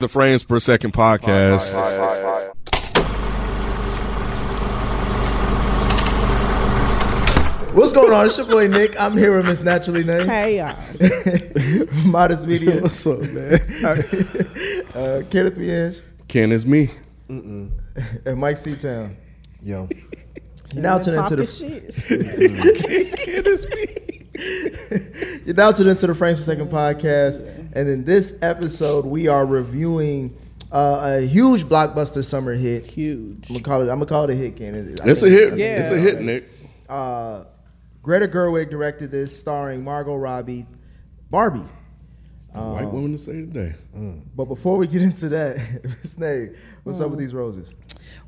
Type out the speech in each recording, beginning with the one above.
the frames per second podcast. What's going on? It's your boy Nick. I'm here with Miss Naturally Name, Hey y'all. Modest Media. What's up, man? uh, Kenneth Miege Ken is me. and Mike Seatown. Yo, You're now tuned into Talking the shit. You're now tuned into the Frames per Second podcast, and in this episode, we are reviewing uh, a huge blockbuster summer hit. Huge. I'm gonna call it. I'm gonna call it a hit, Ken. It- I It's a think- hit. Yeah. It's a hit, Nick. Uh, Greta Gerwig directed this, starring Margot Robbie, Barbie. White woman to say today. But before we get into that, Miss Nate, what's Hmm. up with these roses?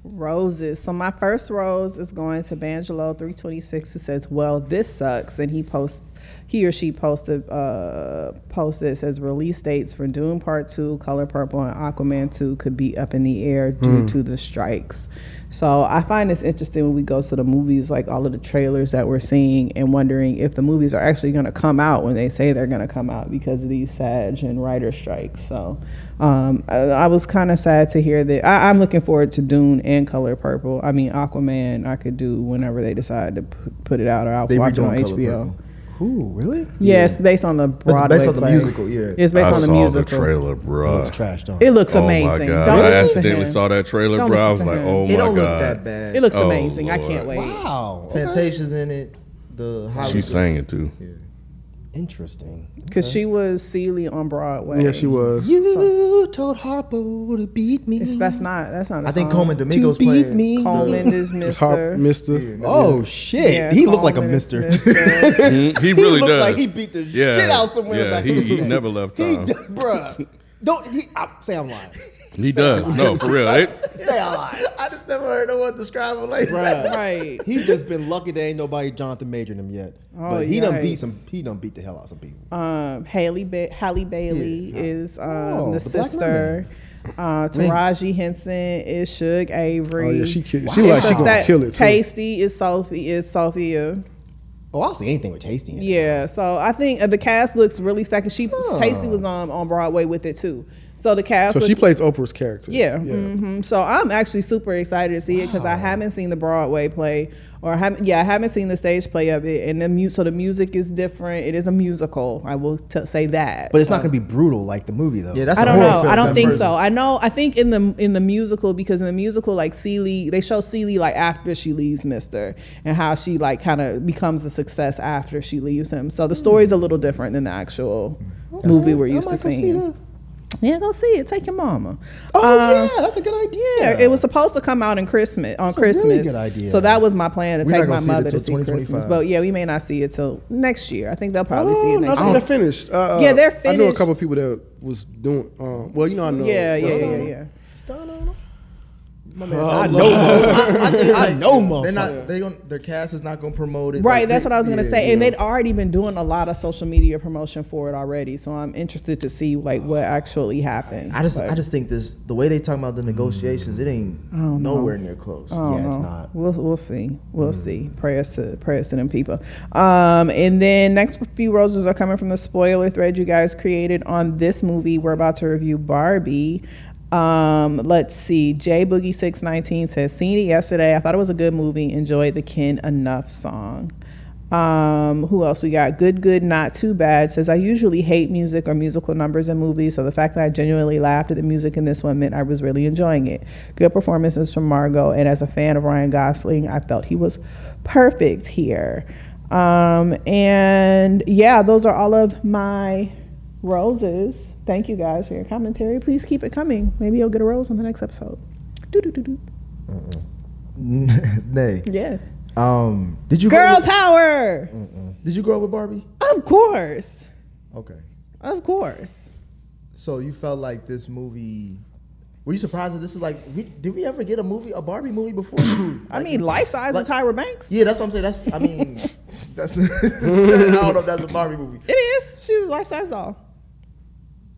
Roses. So my first rose is going to Bangelo three twenty six who says, Well, this sucks and he posts he or she posted uh posted it says release dates for Doom Part Two, Color Purple and Aquaman Two could be up in the air due to the strikes. So I find this interesting when we go to the movies, like all of the trailers that we're seeing and wondering if the movies are actually gonna come out when they say they're gonna come out because of these SAG and writer strikes. So um, I, I was kind of sad to hear that. I, I'm looking forward to Dune and Color Purple. I mean, Aquaman, I could do whenever they decide to p- put it out, or I'll They watch it on redoing Color HBO. Purple. ooh, really? Yeah, it's based on the Broadway based on the play. musical, yeah. It's based I on the saw musical. the trailer, Uh, bro. It's trash, don't It looks oh amazing. my god! Don't I listen to accidentally him. saw that trailer, Don't bro. I was listen to like, him. oh my It don't god! look that bad. It looks Oh, amazing. I Lord. can't wait. Wow. Fantasia's in it. The She Hollywood- sang it too. Interesting. Because she was Celie on Broadway. Yeah, she was. You told Harpo to beat me. It's- that's not. That's not. a I think song. Coleman Domingo's beat playing. me. the- Coleman is Hop, Mister. Mister. Oh shit! Yeah, he looked like a Coleman is mister. Mister. He really looked does. like he beat the Yeah. shit out somewhere Yeah, back he- in the he day. never left He, town. d- bruh. Don't he, I, say I'm lying. He does. No, for real. It- Say I'm lying, I just never heard no one describe him like that. bruh. Right. He just been lucky there ain't nobody Jonathan majoring him yet. Oh, but he done beat yikes. some. He done beat the hell out of some people. um, Haley ba- Halle Bailey is um, Oh, the, the black sister. Uh, Taraji Henson is Suge Avery. Oh yeah, she ki- she like she It's gonna that kill it too. Tasty is Sophie is Sophia. Oh, I'll see anything with tasty. in it. Yeah, so I think uh, the cast looks really stacked. 'cause She Tasty was on on Broadway with it too. So the cast. So she look- plays Oprah's character. yeah. hmm So I'm actually super excited to see it because I haven't seen the Broadway play, or I haven't, yeah, I haven't seen the stage play of it. And the mu- so the music is different. It is a musical. I will t- say that. But it's not gonna be brutal like the movie though. Yeah, that's I a don't horror know. film. I don't That think person. so. I know. I think in the in the musical because in the musical, like Celie, they show Celie like after she leaves Mister and how she like kind of becomes a success after she leaves him. So the story's a little different than the actual movie we're I used to might go see seeing. that. Yeah, go see it. Take your mama. Oh Um, yeah, that's a good idea. yeah, it was supposed to come out in Christmas on a really Christmas. good idea. So that was my plan to not take gonna my see it mother to till see 2025. Christmas. But yeah, we may not see it till next year. I think they'll probably see Oh, it no, next so year. they're finished. Uh, Yeah, they're I know a couple finished. people that was doing. Um, well, you know, I know. Yeah, yeah, Stunner. yeah, yeah. My man, said, I know. I, I think I know, motherfucker. They're not. They gonna, their cast is not gonna promote it. Right, Like, that's they- what I was gonna yeah, say, yeah. and they'd already been doing a lot of social media promotion for it already. So I'm interested to see like what actually happened. I just, Like, Mm. I just think this. The way they talk about the negotiations, it ain't nowhere near close. I don't Yeah, it's know. not. We'll we'll see. We'll Mm. see. Prayers to prayers to them people. Um, and then next few roses are coming from the spoiler thread you guys created on this movie. We're about to review Barbie. Um, let's see. J Boogie six nineteen says, "Seen it yesterday. I thought it was a good movie. Enjoyed the Ken Enough song." Um, who else we got? Good, good, not too bad. Says I usually hate music or musical numbers in movies, so the fact that I genuinely laughed at the music in this one meant I was really enjoying it. Good performances from Margot, and as a fan of Ryan Gosling, I felt he was perfect here. Um, and yeah, those are all of my roses. Thank you guys for your commentary. Please keep it coming. Maybe you'll get a rose on the next episode. Do do do do. Nay. Yes. Um. Did you Grow Girl up with, power. did you grow up with Barbie? Of course. Okay. Of course. So you felt like this movie? Were you surprised that this is like? We, did we ever get a movie, a Barbie movie before? this? I mean, life size like- is Tyra Banks. yeah, that's what I'm saying. That's I mean, that's I don't know if that's a Barbie movie. It is. She's a life size doll.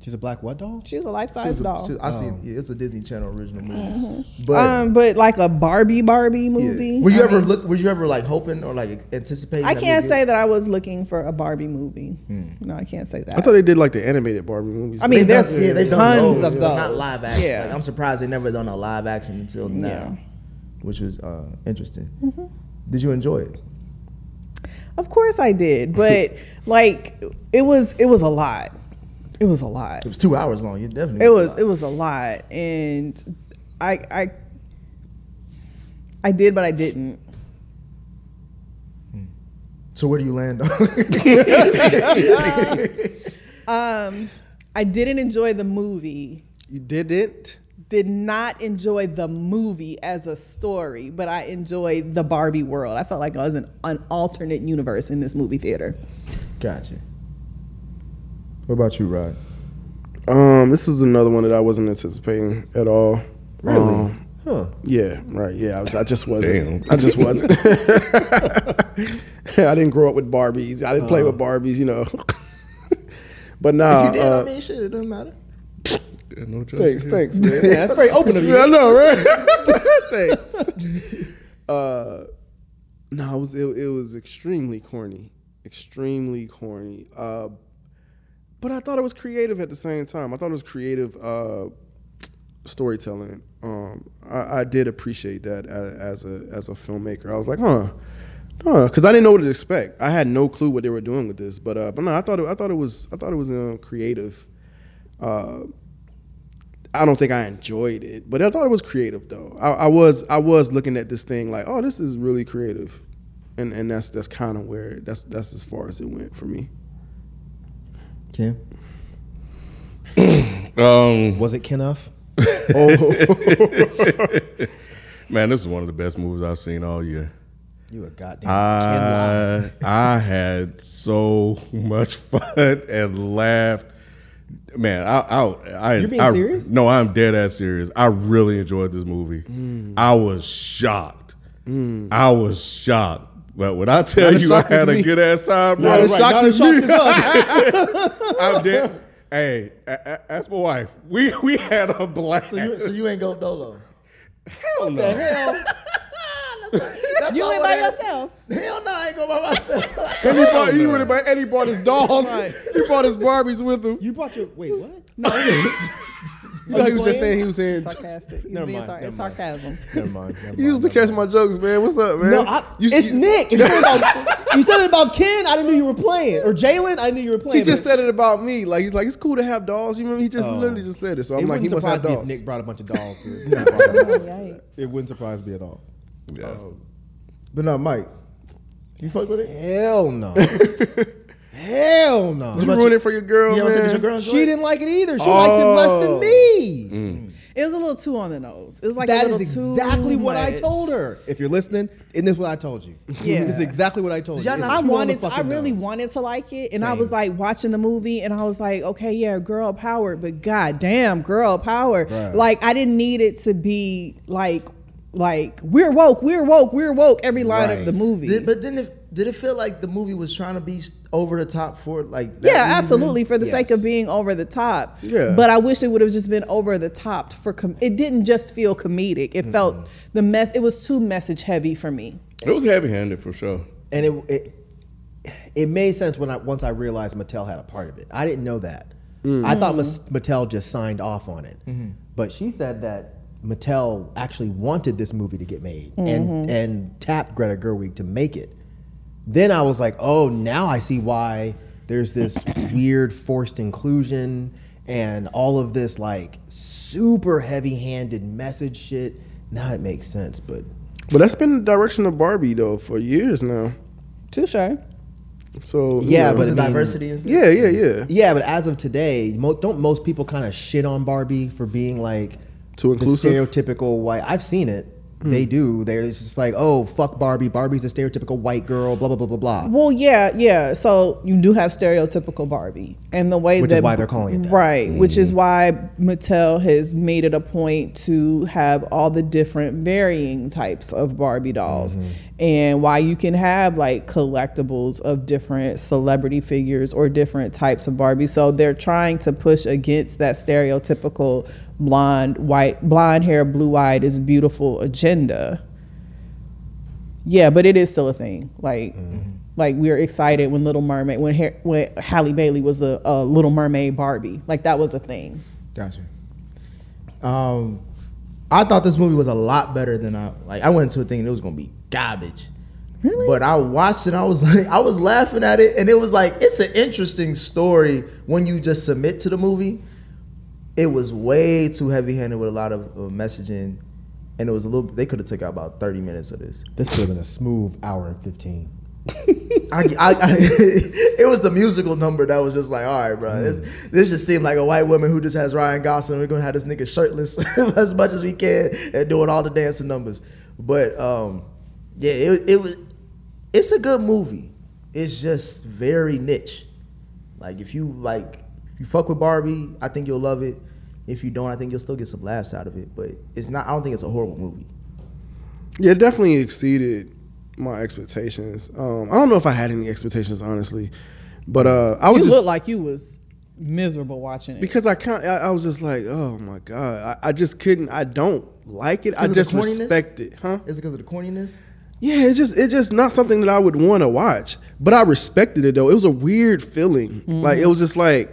She's a black what doll? She was a life She size was a- doll. she- I seen yeah, it's a Disney Channel original movie. But um, but like a Barbie Barbie yeah. movie. were you I ever mean, look? Were you ever like hoping or like anticipating? I that can't movie? say that I was looking for a Barbie movie. Hmm. No, I can't say that. I thought they did like the animated Barbie movies. I mean, They've there's done- yeah, they've done tons of but Not those. live action. Yeah. Like, I'm surprised they never done a live action until now, Yeah. Mm-hmm. which was uh, interesting. Did you enjoy it? Of course I did, but like it was it was a lot. It was a lot. It was two hours long. You definitely. It was it was a lot, and I I I did, but I didn't. So where do you land on? Um, I didn't enjoy the movie. you did it. Did not enjoy the movie as a story, but I enjoyed the Barbie world. I felt like I was in an alternate universe in this movie theater. gotcha. What about you, Rod? Um, this is another one that I wasn't anticipating at all. Really? Um, Huh. yeah, right. Yeah, I, was, I just wasn't. Damn. I just wasn't. I didn't grow up with Barbies. I didn't play with Barbies, you know. but nah, Uh-huh. if you did, uh, I mean, shit, it doesn't matter. Yeah, no joke. thanks, Yeah. thanks, man. Yeah, that's very open of you. I know, right? Thanks. Uh, no, it was it, it was extremely corny, extremely corny. Uh, but I thought it was creative at the same time. I thought it was creative uh, storytelling. Um, I, I did appreciate that a- as a as a filmmaker. I was like, huh. Because I didn't know what to expect. I had no clue what they were doing with this, but uh, but no, I thought it, I thought it was I thought it was um, creative. Uh, I don't think I enjoyed it, but I thought it was creative though. I, I was I was looking at this thing like, oh, this is really creative, and and that's that's kind of where that's that's as far as it went for me. Kim. Um, Was it Kenneth? man, this is one of the best movies I've seen all year. You a goddamn Ah. I I had so much fun and laughed. Man, I I I, You being I- serious? No, I'm dead ass serious. I really enjoyed this movie. Mm. I was shocked. I was shocked. But when I tell Not as you I shocked as had a me. good ass time, bro, Not as right, shocked not as as me. shocked as us. I'm dead. Hey, a- a- ask my wife. We we had a blast. So you, so you ain't go dolo. Hell no. That's you all I went by wanna- yourself. Hell no, I ain't go by myself. And he brought, he went and he bought his dolls. He bought his Barbies with him. You brought your wait what? You know, he was just saying he was saying. Sarcastic. He's Never being mind, sar- never mind. sarcasm. Never mind. never You used to mind, catch never my jokes, man. What's up, man? mind. No, I, You- it's you- Nick. You said, it about, you said it about Ken. I didn't know you were playing, or Jalen. I knew you were He playing. just but said it about me. Like he's like, it's cool to have dolls. You remember? He just literally just said it. So I'm Oh. it like, he wouldn't must have surprise me if dolls. Nick brought a bunch of dolls. To it. Yikes. it wouldn't surprise me at all. Yeah. but no, Mike. You fuck with it? Hell no. Hell You no. about ruined you? it for your girl, You ever said man. your girl enjoy She it? didn't like it either. She liked it less than Oh. me. It was a little too on the nose. It was like that a is little too exactly what I much. told her. If you're listening, and this is what I told you. Yeah. This is exactly what I told you. y'all It's not- I too on the wanted, I fucking really nose. wanted to like it, and I Same. was like watching the movie, and I was like, okay, yeah, girl power, but god damn, girl power. Bruh. Like I didn't need it to be like, like we're woke, we're woke, we're woke. Every line of Right. the movie. Did, but didn't it, did it feel like the movie was trying to be s- over the top for like? that yeah, reason? absolutely. For the sake Yes. of being over the top. Yeah. But I wish it would have just been over the top for. Com- it didn't just feel comedic. It felt the mess. It was too message heavy for me. It was heavy handed for sure. and it it it made sense when I once I realized Mattel had a part of it. I didn't know that. I thought Mas- Mattel just signed off on it, but Mm-hmm. she said that Mattel actually wanted this movie to get made and and tapped Greta Gerwig to make it. Then I was like, oh, now I see why there's this weird forced inclusion and all of this like super heavy-handed message shit. Now it makes sense, but But that's been the direction of Barbie though for years now. Too sure. So you yeah, know. but I The mean- diversity and stuff? yeah, yeah, yeah. Yeah, but as of today, mo- don't most people kind of shit on Barbie for being like Too inclusive? Hmm. the stereotypical white? I've seen it. They do. They're it's just like, oh, fuck Barbie. Barbie's a stereotypical white girl. Blah blah blah blah blah. Well, yeah, yeah. So you do have stereotypical Barbie, and the way Which is that why they're calling it that. right, which is why Mattel has made it a point to have all the different varying types of Barbie dolls, and why you can have like collectibles of different celebrity figures or different types of Barbie. So they're trying to push against that stereotypical blonde, white, blonde hair, blue eyed is beautiful agenda. Yeah, but it is still a thing. Like, Mm-hmm. like we were excited when Little Mermaid, when Har- when Halle Bailey was a, a Little Mermaid Barbie, like that was a thing. Gotcha. Um, I thought this movie was a lot better than I like. I went into it thinking it was gonna be garbage. Really? But I watched it. And I was like, I was laughing at it, and it was like it's an interesting story when you just submit to the movie. It was way too heavy-handed with a lot of uh, messaging, and it was a little. They could have took out about thirty minutes of this. This could have been a smooth hour and fifteen. I, I, I- it was the musical number that was just like, all right, bro, this, this just seemed like a white woman who just has Ryan Gosling. We're gonna have this nigga shirtless as much as we can and doing all the dancing numbers. But um, yeah, it, it was. It's a good movie. It's just very niche. Like if you like, if you fuck with Barbie, I think you'll love it. If you don't, I think you'll still get some laughs out of it. But it's not. I don't think it's a horrible movie. Yeah, it definitely exceeded my expectations. Um, I don't know if I had any expectations, honestly, but uh, I You was just, look like you was miserable watching it. because I can't. I, I was just like, oh my god, I, I just couldn't. I don't like it. I Is it the just corniness? respect it, huh? Is it because of the corniness? Yeah, it's just it's just not something that I would want to watch. But I respected it though. It was a weird feeling. Like it was just like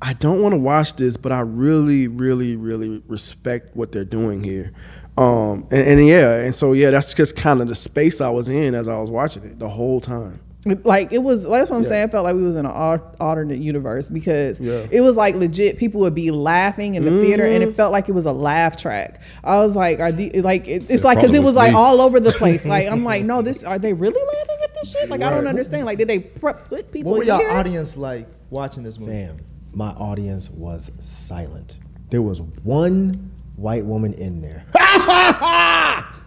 I don't want to watch this, but I really, really, really respect what they're doing here. Um, and, and yeah, and so yeah, that's just kind of the space I was in as I was watching it the whole time. like it was that's what i'm saying i felt like we was in an al- alternate universe because Yeah. Mm-hmm. it was like legit people would be laughing in the theater and it felt like it was a laugh track i was like are the like it, it's like because it problem was was like me. all over the place like i'm like no this are they really laughing at this shit like i don't understand like did they pr- put people What were in y'all here? audience like watching this movie? Fam, my audience was silent. There was one white woman in there.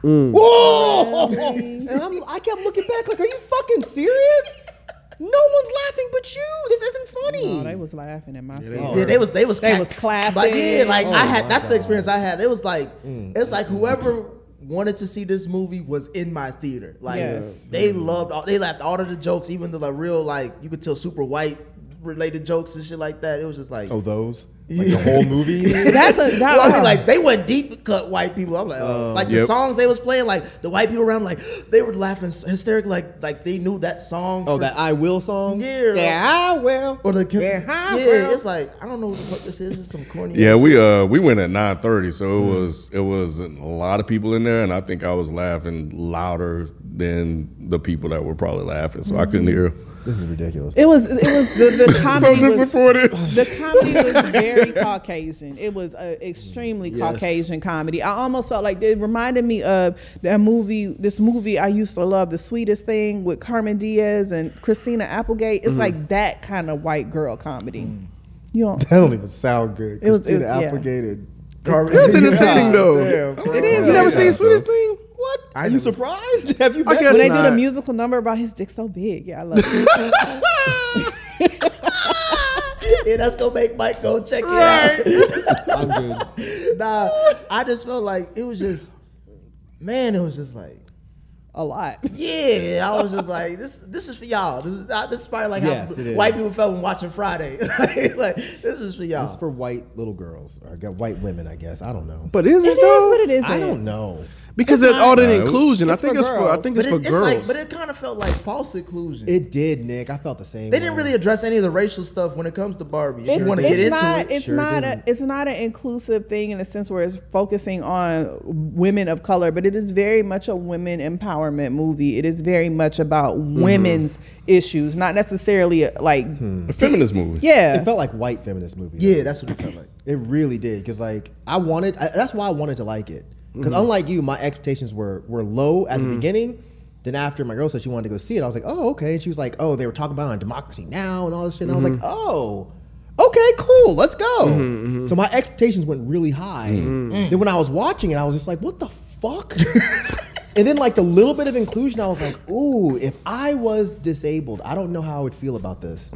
Mm. Whoa! and I'm, I kept looking back like, are you fucking serious? No one's laughing but you. This isn't funny. oh, they was laughing at my face. Yeah, they was they was They clap- was clapping. Like yeah, like I Oh had my that's the God. Mm. experience I had. It was like it's like whoever wanted to see this movie was in my theater. Like Yes. they Mm. loved all they laughed all of the jokes, even the like real like you could tell super white related jokes and shit like that. It was just like oh, those? Like the whole movie? that's a that Well, I mean, uh, like they went deep cut white people. I'm like, oh. Um, like the Yep. songs they was playing, like the white people around, like they were laughing hysterically, like like they knew that song. Oh, for- that I Will song? Yeah. Yeah, I will. or the yeah, I yeah. will. It's like I don't know what the fuck this is. It's some corny. Yeah, ass we uh we went at nine thirty, so it was it was a lot of people in there, and I think I was laughing louder than the people that were probably laughing, so I couldn't hear. this is ridiculous. it was it was the, the comedy was, disappointed. the comedy was very Caucasian. It was an extremely Caucasian comedy. I almost felt like it reminded me of that movie, this movie I used to love, The Sweetest Thing with Carmen Diaz and Christina Applegate. It's like that kind of white girl comedy. You don't. that don't even sound good. It was- it Christina was- yeah. Applegated. garbage. That's entertaining though. Damn, bro. It is. You never seen Yeah, Sweetest Thing? What? I Are you never- surprised? Have you I been- guess When they not. do the musical number about his dick so big, yeah, I love it. yeah, that's gonna make Mike go check it I'm good. out. Nah, I just felt like it was just, man, it was just like, a lot. yeah, I was just like, this, this is for y'all. This is, uh, this is probably like Yes, how it white is. people felt when watching Friday. like, this is for y'all. It's for white little girls or gu- white women, I guess. I don't know. But is it, It is though? what it is. I don't know. Because it's all that No. inclusion. I It's think for it's for I girls. think but it's for it, it's girls. like, but it kind of felt like false inclusion. It did, Nick. I felt the same. they didn't way. really address any of the racial stuff when it comes to Barbie. If It- you want to it's get into not, it, It's Sure not. A, didn't. it's not an inclusive thing in the sense where it's focusing on women of color, but it is very much a women empowerment movie. It is very much about Mm-hmm. women's issues, not necessarily like A feminist movie. yeah. Hmm. It felt like white feminist movies. yeah, that's what it felt like. It really did because like I wanted. I, that's why I wanted to like it because unlike you, my expectations were were low at the beginning. Then after my girl said she wanted to go see it, I was like, oh okay. And she was like, oh they were talking about it on democracy now and all this shit. And I was like, oh. Okay, cool. Let's go. So my expectations went really high. Then when I was watching it, I was just like, "What the fuck? and then like the little bit of inclusion, I was like, ooh, if I was disabled, I don't know how I would feel about this.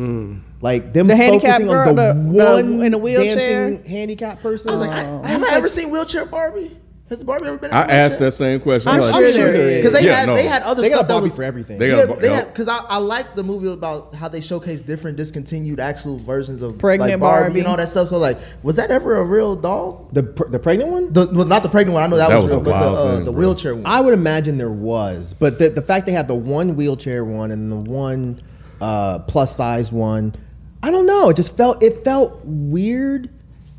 Like them The handicapped focusing girl, on the, the- the- one in a wheelchair? dancing handicapped person. I was like, I, have I ever seen wheelchair Barbie? Has Barbie ever been? in a I asked wheelchair? that same question. I'm like, sure there is. because they Yeah, had no. they had other They got a stuff that Barbie was for everything. They got a yeah, Bar- they yeah. had because I, I like the movie about how they showcase different discontinued actual versions of Pregnant like Barbie, Barbie. and all that stuff. So like, was that ever a real doll? the pr- the pregnant one? The, well, not the pregnant one. I know that, That was was, real, a but the, wild uh, thing, the bro. wheelchair one. I would imagine there was, but the the fact they had the one wheelchair one and the one uh, plus size one, I don't know. It just felt it felt weird,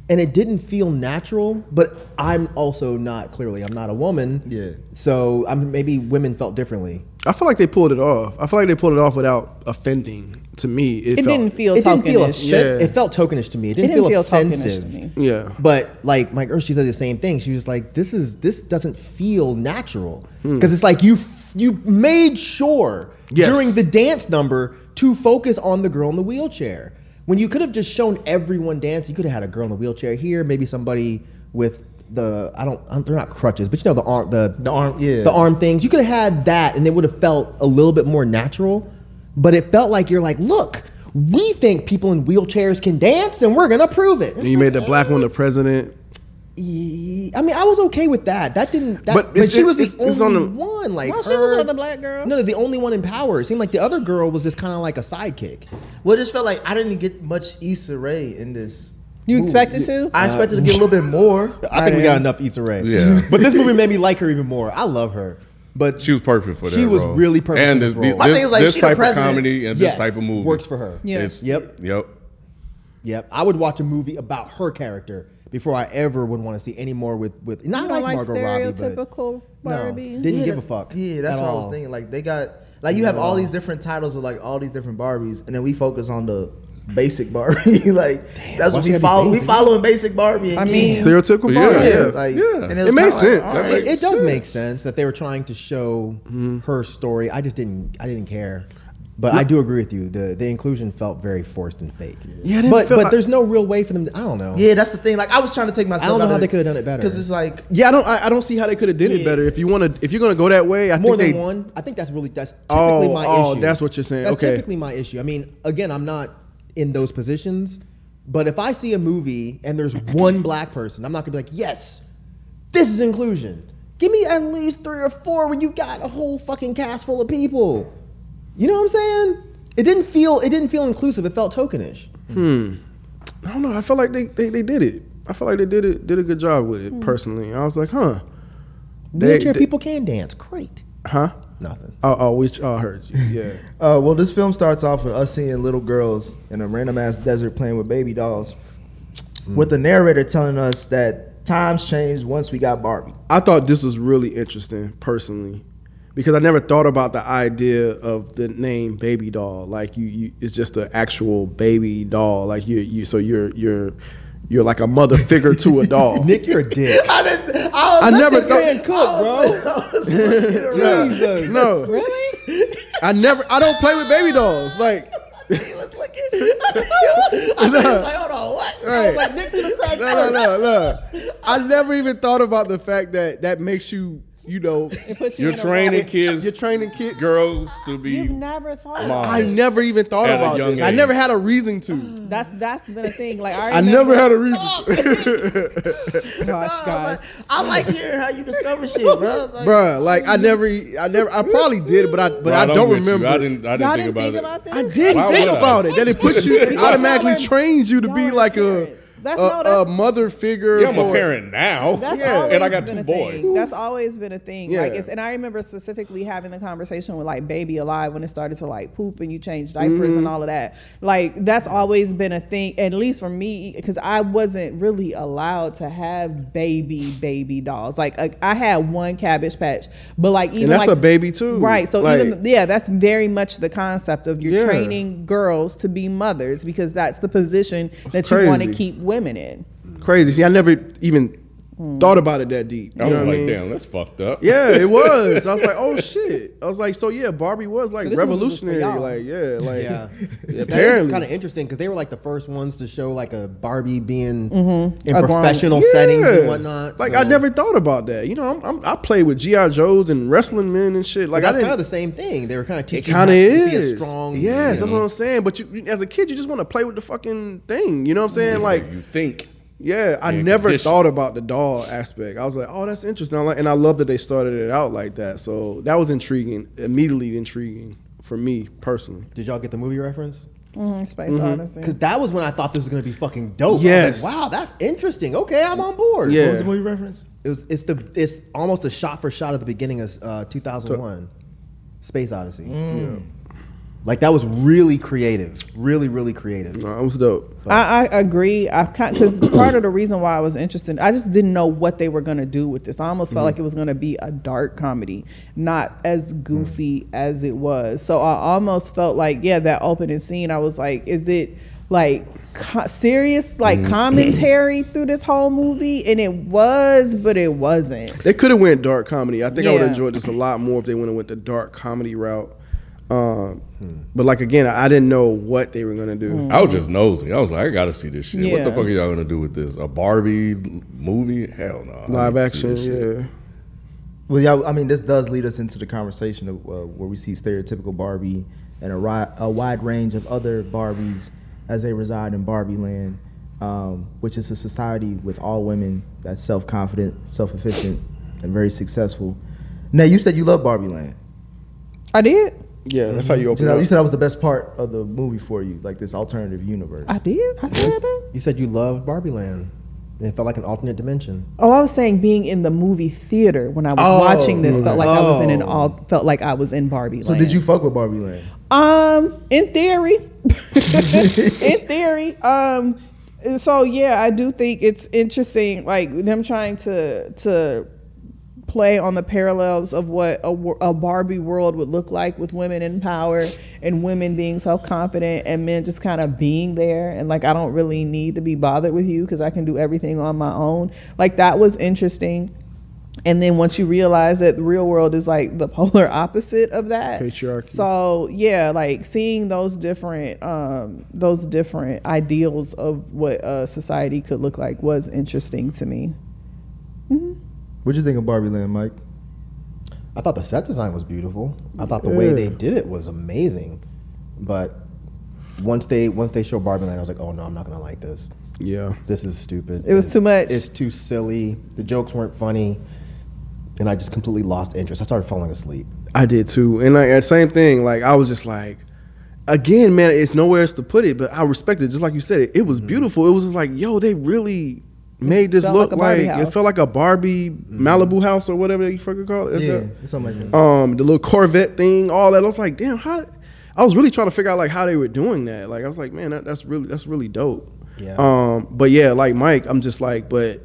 and it didn't feel natural. But I'm also not clearly I'm not a woman. Yeah. So I'm maybe women felt differently. I feel like they pulled it off. I feel like they pulled it off without offending. To me, it, It felt- didn't feel it didn't feel tokenish. offensive. Yeah. It felt tokenish to me. It It didn't, didn't feel, feel tokenish offensive. to me. Yeah. But like my girl, she said the same thing. She was like, "This is this doesn't feel natural Hmm. because it's like you f- you made sure Yes. during the dance number to focus on the girl in the wheelchair when you could have just shown everyone dance. You could have had a girl in the wheelchair here, maybe somebody with the I don't um, they're not crutches, but you know the arm the The arm- yeah. the arm things. You could have had that, and it would have felt a little bit more natural. But it felt like you're like, look. We think people in wheelchairs can dance, and we're gonna prove it. And you made the black one the president. Ye- I mean, I was okay with that. That didn't. That, But but, it's- she was it's- the it's on only the- one. Like, Well, she was another black girl. No, the only one in power. It seemed like the other girl was just kind of like a sidekick. Well, it just felt like I didn't get much Issa Rae in this. You expected to? Uh, I expected to get a little bit more. I, think we got enough Issa Rae. Yeah. but this movie made me like her even more. I love her. But She was perfect for that. She was role. really perfect And for this, this role. this, My thing is, like, this she the type of president. comedy and Yes, this type of movie works for her. Yeah. It's- Yep. Yep. Yep, I would watch a movie about her character before I ever would want to see any more with with. Not You like, don't like Margot Robbie, but stereotypical Barbie? No, didn't Yeah, give a that- fuck. Yeah, that's at what I all. was thinking. Like they got like you have all these different titles of like all these different Barbies, and then we focus on the basic Barbie. like that's why what she we gotta be follow. We basic? following basic Barbie. And I I mean- mean, Stereotypical Yeah. Barbie. yeah, Yeah. like Yeah. and was It makes kinda sense. all That It, makes it does sense. make sense that they were trying to show Mm-hmm. her story. I just didn't. I didn't care. But I do agree with you. The the inclusion felt very forced and fake. Yeah, it didn't but feel but like- there's no real way for them. To, I don't know. Yeah, that's the thing. Like I was trying to take myself. I don't know out how of they could've done it better. Because it's like Yeah, I don't. I, I don't see how they could have did it Yeah. better. If you want to, if you're gonna go that way, I more think than they, one. I think that's really that's typically Oh, my oh, issue. that's what you're saying. That's Okay. typically my issue. I mean, again, I'm not in those positions, but if I see a movie and there's one black person, I'm not gonna be like, yes, this is inclusion. Give me at least three or four when you got a whole fucking cast full of people. You know what I'm saying? It didn't feel it didn't feel inclusive. It felt tokenish. I don't know. I felt like they, they they did it. I felt like they did it did a good job with it. Personally, I was like, huh, They- Wheelchair they- people can dance. Great. huh. Nothing. Oh, oh, which oh, I heard you. Yeah, Uh, well, this film starts off with us seeing little girls in a random ass desert playing with baby dolls, Hmm. with the narrator telling us that times changed once we got Barbie. I thought this was really interesting personally, because I never thought about the idea of the name baby doll. Like you, you it's just an actual baby doll. Like you, you so you're you're you're like a mother figure to a doll. Nick, you're a dick. I didn't. I, I let never this thought- man cook, bro. Jesus. No, Really? I never. I don't play with baby dolls. Like. he was looking. I was like, hold on, what? Right. Like Nick to the crack. No, no, no, no. I never even thought about the fact that that makes you, you know, Put You're in a training box. kids. you're training kids. girls to be. You've never thought Mom. about I never even thought At a about young this. I age. never had a reason to. That's that's been a thing. Like I, Oh I never had a reason. to. Gosh, guys. I like hearing how you discover shit, bro. Like, Bruh, like I never, I never, I probably did, but I, but I Right, I'm don't with you. remember. I didn't. I didn't, Y'all think, didn't about, think it. about this. I didn't Why think would I? about it. That it puts you, it Y'all automatically are- trains you to be y'all are like a, parents. a, That's- no, a that's- mother figure. Yeah, I'm a for- parent now. That's yeah. always And I got been two a boys. Thing. That's always been a thing. Like Yeah. it's, and I remember specifically having the conversation with like Baby Alive when it started to like poop and you change diapers Mm-hmm. and all of that. Like that's always been a thing, at least for me, because I wasn't really allowed to have baby baby dolls. Like I, I had one Cabbage Patch, but like even that's like, a baby, too. right? So even Like- yeah, that's very much the concept of you're Yeah. training girls to be mothers because that's the position that you want to crazy. keep women in. Crazy. See, I never even thought about it that deep. I You know was what like, I mean? damn, that's fucked up. Yeah, it was. I was like, oh shit. I was like, so yeah, Barbie was like So this movie was for revolutionary. y'all. Like, yeah, like Yeah, apparently. kind of interesting because they were like the first ones to show like a Barbie being in A grown- professional Mm-hmm. Yeah. settings and whatnot. Like so- I never thought about that. You know, I'm, I'm, I play with GI Joes and wrestling men and shit. But Like that's I didn't- kind of the same thing. They were kind of It teaching kind of you how to is be a strong. Yes, you that's know. what I'm saying. But you, as a kid, you just want to play with the fucking thing. You know what I'm saying? It's Like, you think. yeah, I Yeah, never condition. thought about the doll aspect. I was like, oh, that's interesting. I like, and I love that they started it out like that. So that was intriguing. Immediately intriguing for me personally. Did y'all get the movie reference? Mhm, Space Mm-hmm. Odyssey. Because that was when I thought this was gonna be fucking dope. Yes. I was like, wow, that's interesting. Okay, I'm on board. Yeah. What was What's the movie reference? It was, it's the it's almost a shot for shot at the beginning of uh, 2001, Space Odyssey. Mm. Like that was really creative, really really creative. No, it was dope. I, I agree. I because part of the reason why I was interested, I just didn't know what they were gonna do with this. I almost felt like it was gonna be a dark comedy, not as goofy as it was. So I almost felt like, yeah, that opening scene. I was like, is it like co- serious, like commentary through this whole movie? And it was, but it wasn't. They could have went dark comedy. I think I would have Yeah. enjoyed this a lot more if they would have went the dark comedy route. Um, But like again, I I didn't know what they were gonna do. Hmm. I was just nosy. I was like, I gotta see this shit. What Yeah. the fuck are y'all gonna do with this? A Barbie movie? Hell no. I need Live to see action, this shit. yeah. Well, yeah, I mean, this does lead us into the conversation of uh, where we see stereotypical Barbie and a, ri- a wide range of other Barbies as they reside in Barbie Land, um, which is a society with all women that's self confident, self efficient, and very successful. Now, you said you love Barbie Land. I did. Yeah, that's how you You, open know, it you up. said that was the best part of the movie for you, like this alternative universe. I did. I said that. You said you loved Barbie Land. It felt like an alternate dimension. Oh, I was saying being in the movie theater when I was Oh, watching this felt like I was in an oh. all felt like I was in Barbie so, land. did you fuck with Barbie Land? Um, in theory, in theory, um, so yeah, I do think it's interesting, like them trying to to play on the parallels of what a, wor- a Barbie world would look like with women in power and women being self confident and men just kind of being there and like I don't really need to be bothered with you because I can do everything on my own. Like that was interesting. And then once you realize that the real world is like the polar opposite of that Patriarchy. So yeah, like seeing those different um, those different ideals of what uh, society could look like was interesting to me. What'd you think of Barbie Land, Mike? I thought the set design was beautiful. I thought the way they did it was amazing. But once they once they show Barbie Land, I was like, oh no, I'm not gonna like this. Yeah. This is stupid. It was It's- too much. It's too silly. The jokes weren't funny, and I just completely lost interest. I started falling asleep. I did too, and like uh, same thing. Like I was just like, again, man, it's nowhere else to put it, but I respect it. Just like you said, it, it Mm-hmm. was beautiful. It was just like, yo, they really made this Felt like look a Barbie like, it house. felt like a Barbie Malibu house or whatever you fucking call it. Is that- Mm-hmm. something like that. um, the little Corvette thing, all that. I was like, damn, how? I was really trying to figure out like how they were doing that. Like I was like, man, that, that's really that's really dope. Yeah. Um, but yeah, like Mike, I'm just like, but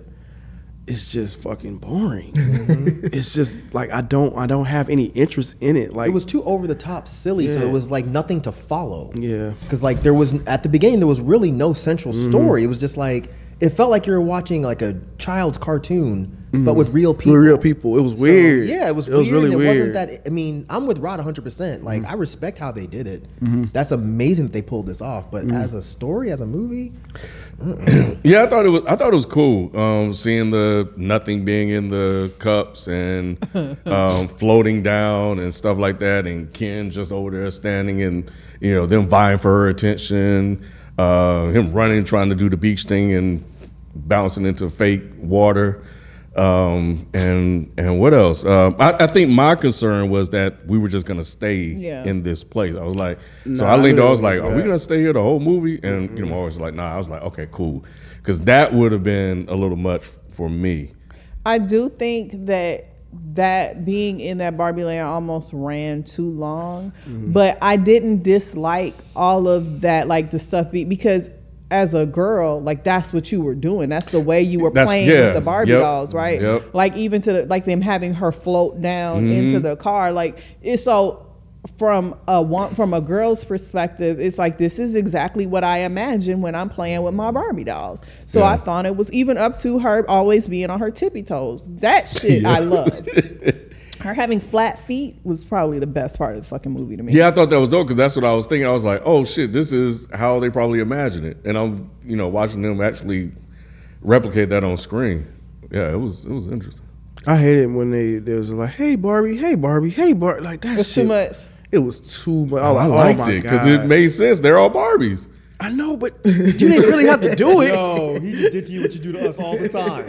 it's just fucking boring. it's just like I don't I don't have any interest in it. Like It was too over the top silly, so Yeah. it was like nothing to follow. Yeah. Because like there was at the beginning there was really no central story. It was just like it felt like you were watching like a child's cartoon, but Mm-hmm. with real people. With real people. It was weird. yeah, it was. It weird. Mm-hmm. was really and it weird. Wasn't that? I mean, I'm with Rod 100. percent Like I respect how they did it. That's amazing that they pulled this off. But as a story, as a movie, Yeah, I thought it was. I thought it was cool um, seeing the nothing being in the cups and um, floating down and stuff like that, and Ken just over there standing and you know them vying for her attention, uh, him running trying to do the beach thing and bouncing into fake water, um, and and what else? Um, I, I think my concern was that we were just gonna stay Yeah. in this place. I was like, so Nah, I I leaned. knew over, I it was was like, like are we that. gonna stay here the whole movie? And you know, my always like, nah. I was like, okay, cool, because that would have been a little much for me. I do think that that being in that Barbie land almost ran too long, Mm-hmm. but I didn't dislike all of that, like the stuff be, because as a girl, like that's what you were doing. That's the way you were That's- playing yeah, with the Barbie yep, dolls, right? yep. Like even to the, like them having her float down into the car, like it's so. from a want from a girl's perspective, it's like this is exactly what I imagine when I'm playing with my Barbie dolls. So I thought it was even up to her always being on her tippy toes. That shit I loved. her having flat feet was probably the best part of the fucking movie to me. Yeah, I thought that was dope because that's what I was thinking. I was like, oh shit, this is how they probably imagine it, and I'm you know watching them actually replicate that on screen. Yeah, it was it was interesting. I hate it when they they was like, "Hey Barbie, hey Barbie, hey Barbie," like that. It's too shit- much. It was too oh, much. I liked it because it made sense. They're all Barbies. I know, but you didn't really have to do it. Yo, he just did to you what you do to us all the time.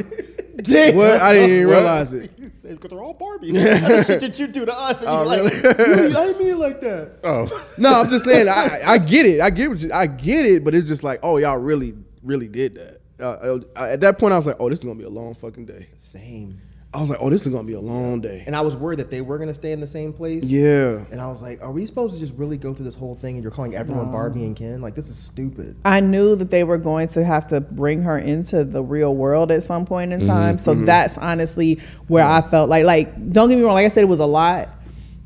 What? I didn't even realize it. Because they're all Barbies. That's the shit that you do to us. And you're like, Oh, "Really? I didn't mean it like that. Oh, No, I'm just saying. I, I get it. I get what you, I get it. But it's just like, oh, y'all really, really did that. Uh, I- at that point, I was like, oh, this is gonna be a long fucking day. Same. I was like, oh, this is gonna be a long day. And I was worried that they were going to stay in the same place. Yeah. And I was like, are we supposed to just really go through this whole thing and you're calling everyone Barbie and Ken? Like, this is stupid. I knew that they were going to have to bring her into the real world at some point in time. So that's honestly where I felt like like don't get me wrong, like I said it was a lot,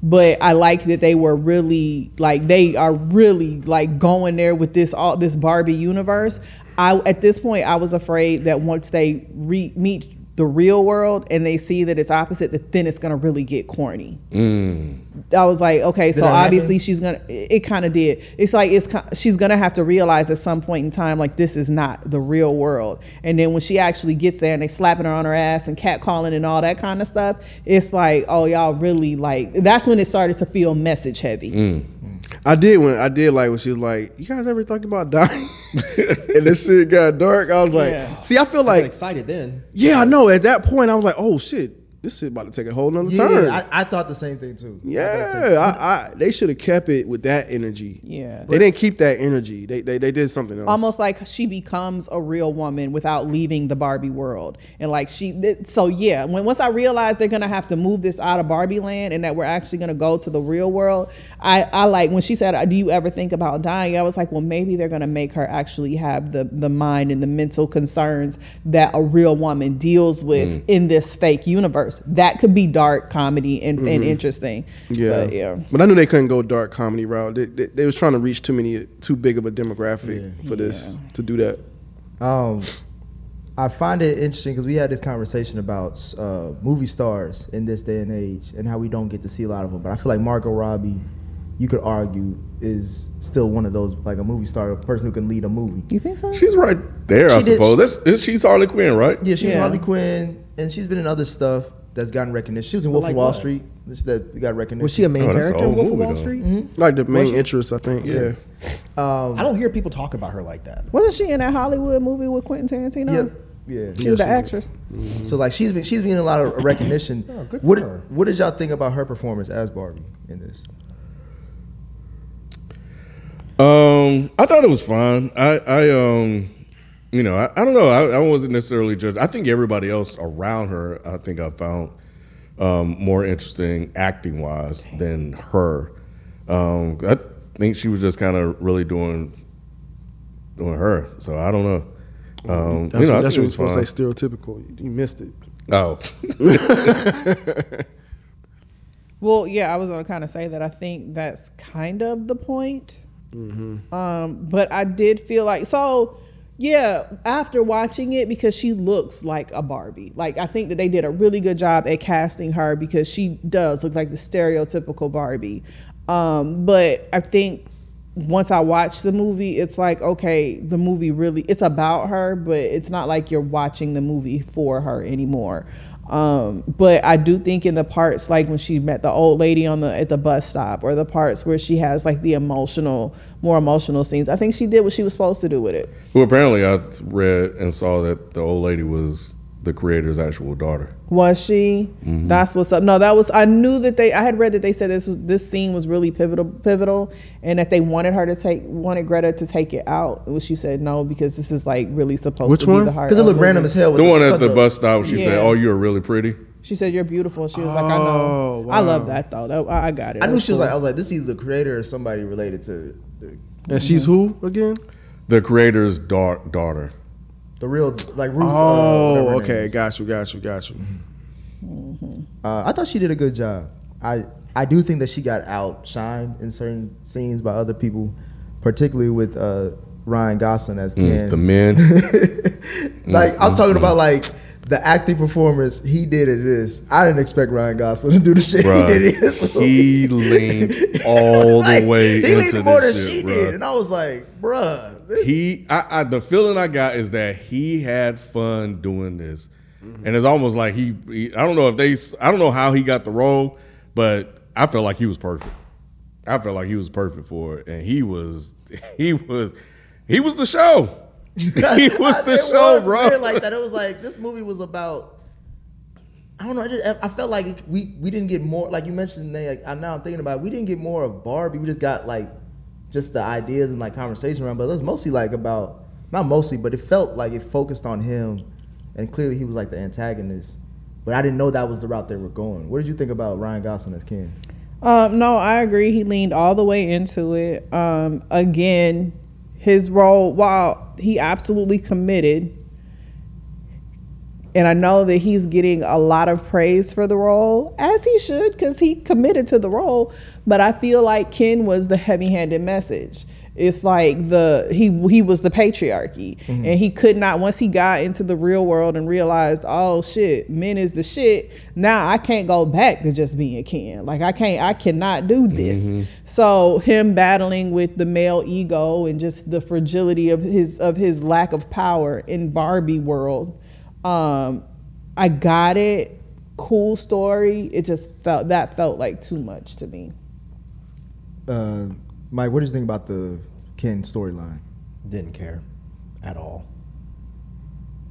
but I like that they were really like they are really like going there with this all this Barbie universe. I at this point I was afraid that once they re- meet the real world and they see that it's opposite that then it's going to really get corny. I was like, okay, so that happen? obviously she's gonna. It, kind of did. It's like it's ki- she's gonna have to realize at some point in time, like this is not the real world. And then when she actually gets there and they slapping her on her ass and catcalling and all that kind of stuff, it's like, oh y'all really like. That's when it started to feel message heavy. Mm. I did when I did like when she was like, you guys ever think about dying? and this shit got dark. I was like, Yeah. see, I feel I got like, excited then. yeah, I know. At that point, I was like, oh shit, this shit about to take a whole nother turn. Yeah, I, I thought the same thing too. Yeah, I, I they should have kept it with that energy. Yeah. they didn't keep that energy. They they, they did something else. almost like she becomes a real woman without leaving the Barbie world. And like she, th- so yeah, when once I realized they're gonna have to move this out of Barbie land and that we're actually gonna go to the real world, I, I like when she said, "Do you ever think about dying?" I was like, well, maybe they're gonna make her actually have the the mind and the mental concerns that a real woman deals with in this fake universe. That could be dark comedy and, and interesting. Yeah. But, yeah. But I knew they couldn't go dark comedy route. They, they, they was trying to reach too many, too big of a demographic for this to do that. Um, I find it interesting because we had this conversation about uh, movie stars in this day and age and how we don't get to see a lot of them. But I feel like Margot Robbie, you could argue, is still one of those like a movie star, a person who can lead a movie. You think so? she's right there. I She did- suppose that's that's- she's Harley Quinn, right? Yeah, she was Yeah. Harley Quinn, and she's been in other stuff that's gotten recognition. She was in Wolf like of Wall what? Street this- that got recognition. Was she a main Oh, that's an character in old Wolf of movie, Wall though. Street? Oh. Like the main interest, I think. Yeah. Mm-hmm. I don't hear people talk about her like that. Wasn't she in that Hollywood movie with Quentin Tarantino? Yeah, yeah. She was the actress. So like she's been she's been in a lot of recognition. Oh, good for what her. what did y'all think about her performance as Barbie in this? Um, I thought it was fine. I, I um, you know, I, I don't know. I, I wasn't necessarily judged. I think everybody else around her, I think I found um, more interesting acting wise than her. Um, I think she was just kind of really doing doing her. So I don't know. Um, That's, you know, I what, that's what think you're it was supposed to fine. say. Stereotypical. You, you missed it. Oh, Well, yeah, I was gonna kind of say that. I think that's kind of the point. Um, but I did feel like so. Yeah, after watching it, because she looks like a Barbie. Like I think that they did a really good job at casting her because she does look like the stereotypical Barbie. Um, but I think once I watched the movie, it's like okay, the movie really it's about her, but it's not like you're watching the movie for her anymore. Um, but I do think in the parts like when she met the old lady on the at the bus stop, or the parts where she has like the emotional, more emotional scenes, I think she did what she was supposed to do with it. well, apparently I read and saw that the old lady was the creator's actual daughter. Was she? That's what's up. No, that was. I knew that they. I had read that they said this was this scene was really pivotal, pivotal, and that they wanted her to take wanted Greta to take it out. Well, she said no because this is like really supposed Which to one? be the heart. Because it of looked movie. random as hell. With The one at stunt the up. bus stop, she said, Yeah. "Oh, you're really pretty." She said you're beautiful. and She was like, I know. Oh, I love wow. that though. That, I I got it. I knew That's she was cool. like I was like this is either the creator or somebody related to the, And she's who again? The creator's da- daughter. the real like Ruth. uh, whatever her Oh, name okay. is. Got you. Got you. Got you. Uh, I thought she did a good job. I I do think that she got outshined in certain scenes by other people, particularly with uh, Ryan Gosling as Ken. Mm, The mm, men. like I'm talking about like the acting performance he did at this. I didn't expect Ryan Gosling to do the shit Bruh, he did in this. he leaned all the Like, way He into leaned more than this she shit, did, bruh. and I was like, bruh, this he I, I the feeling I got is that he had fun doing this, and it's almost like he, he- I don't know if they s- I don't know how he got the role, but I felt like he was perfect. I felt like he was perfect for it, and he was he was he was the show. he was the it show, was bro. weird Like that, it was like this movie was about. I don't know. I, just, I felt like it- we we didn't get more. Like you mentioned, Nate, like I'm now I'm thinking about. It, we didn't get more of Barbie. We just got like just the ideas and like conversation around. But it was mostly like about not mostly, but it felt like it focused on him, and clearly he was like the antagonist. But I didn't know that was the route they were going. What did you think about Ryan Gosling as Ken? Um, no, I agree. He leaned all the way into it. Um, again, his role, while he absolutely committed, and I know that he's getting a lot of praise for the role, as he should, because he committed to the role. But I feel like Ken was the heavy-handed message. It's like the he he was the patriarchy, and he could not once he got into the real world and realized, oh shit, men is the shit. Now I can't go back to just being Ken. Like I can't, I cannot do this. So him battling with the male ego and just the fragility of his of his lack of power in Barbie world um i got it cool story it just felt that felt like too much to me Uh, Mike, what did you think about the Ken storyline? Didn't care at all.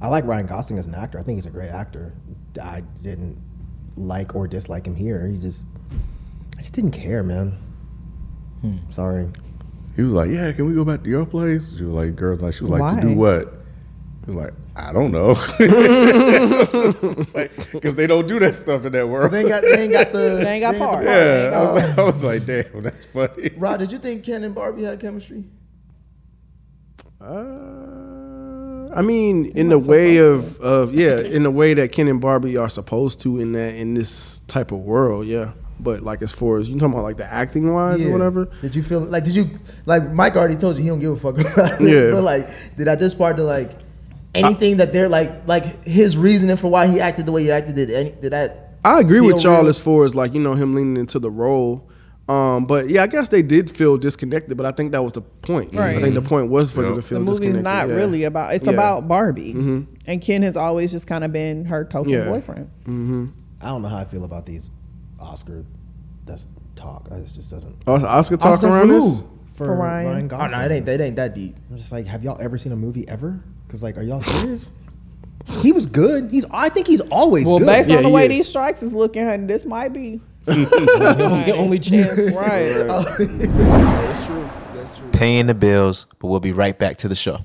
I like Ryan Gosling as an actor. I think he's a great actor. I didn't like or dislike him here. He just, I just didn't care, man. Hmm. Sorry. He was like, "Yeah, can we go back to your place?" She was like, "Girls, like she was like to Why? do what?" He was like, "I don't know," because they don't do that stuff in that world. They ain't got they ain't got the They ain't got the parts. Yeah, I was, like, I was like, damn, that's funny. Rod, did you think Ken and Barbie had chemistry? Uh, I mean, in the way of, of yeah, in the way that Ken and Barbie are supposed to in that in this type of world, yeah. But like as far as you talking about like the acting wise Yeah. or whatever, Did you feel like did you like Mike already told you he don't give a fuck about it? Yeah. But like, did I this part to like anything that they're like like his reasoning for why he acted the way he acted did any did that I agree with feel y'all real? as far as like you know him leaning into the role. Um, but yeah, I guess they did feel disconnected, but I think that was the point. I Right. think the point was for them to Yep. feel the movie's disconnected. not yeah. really about it's Yeah. Mm-hmm. about barbie and ken has always just kind of been her token Yeah. boyfriend I don't know how I feel about these Oscar that's talk. It just doesn't. Os- Oscar talk Oscar around for this. who? For, Ryan? Ryan Oh Gosling. no, it ain't that ain't that deep. I'm just like, have y'all ever seen a movie ever? Because like, are y'all serious? he was good. He's. I think he's always well good. based Yeah, on the he way is. these strikes is looking honey, this might be the only chance. right Oh. That's true. That's true. paying the bills, but we'll be right back to the show.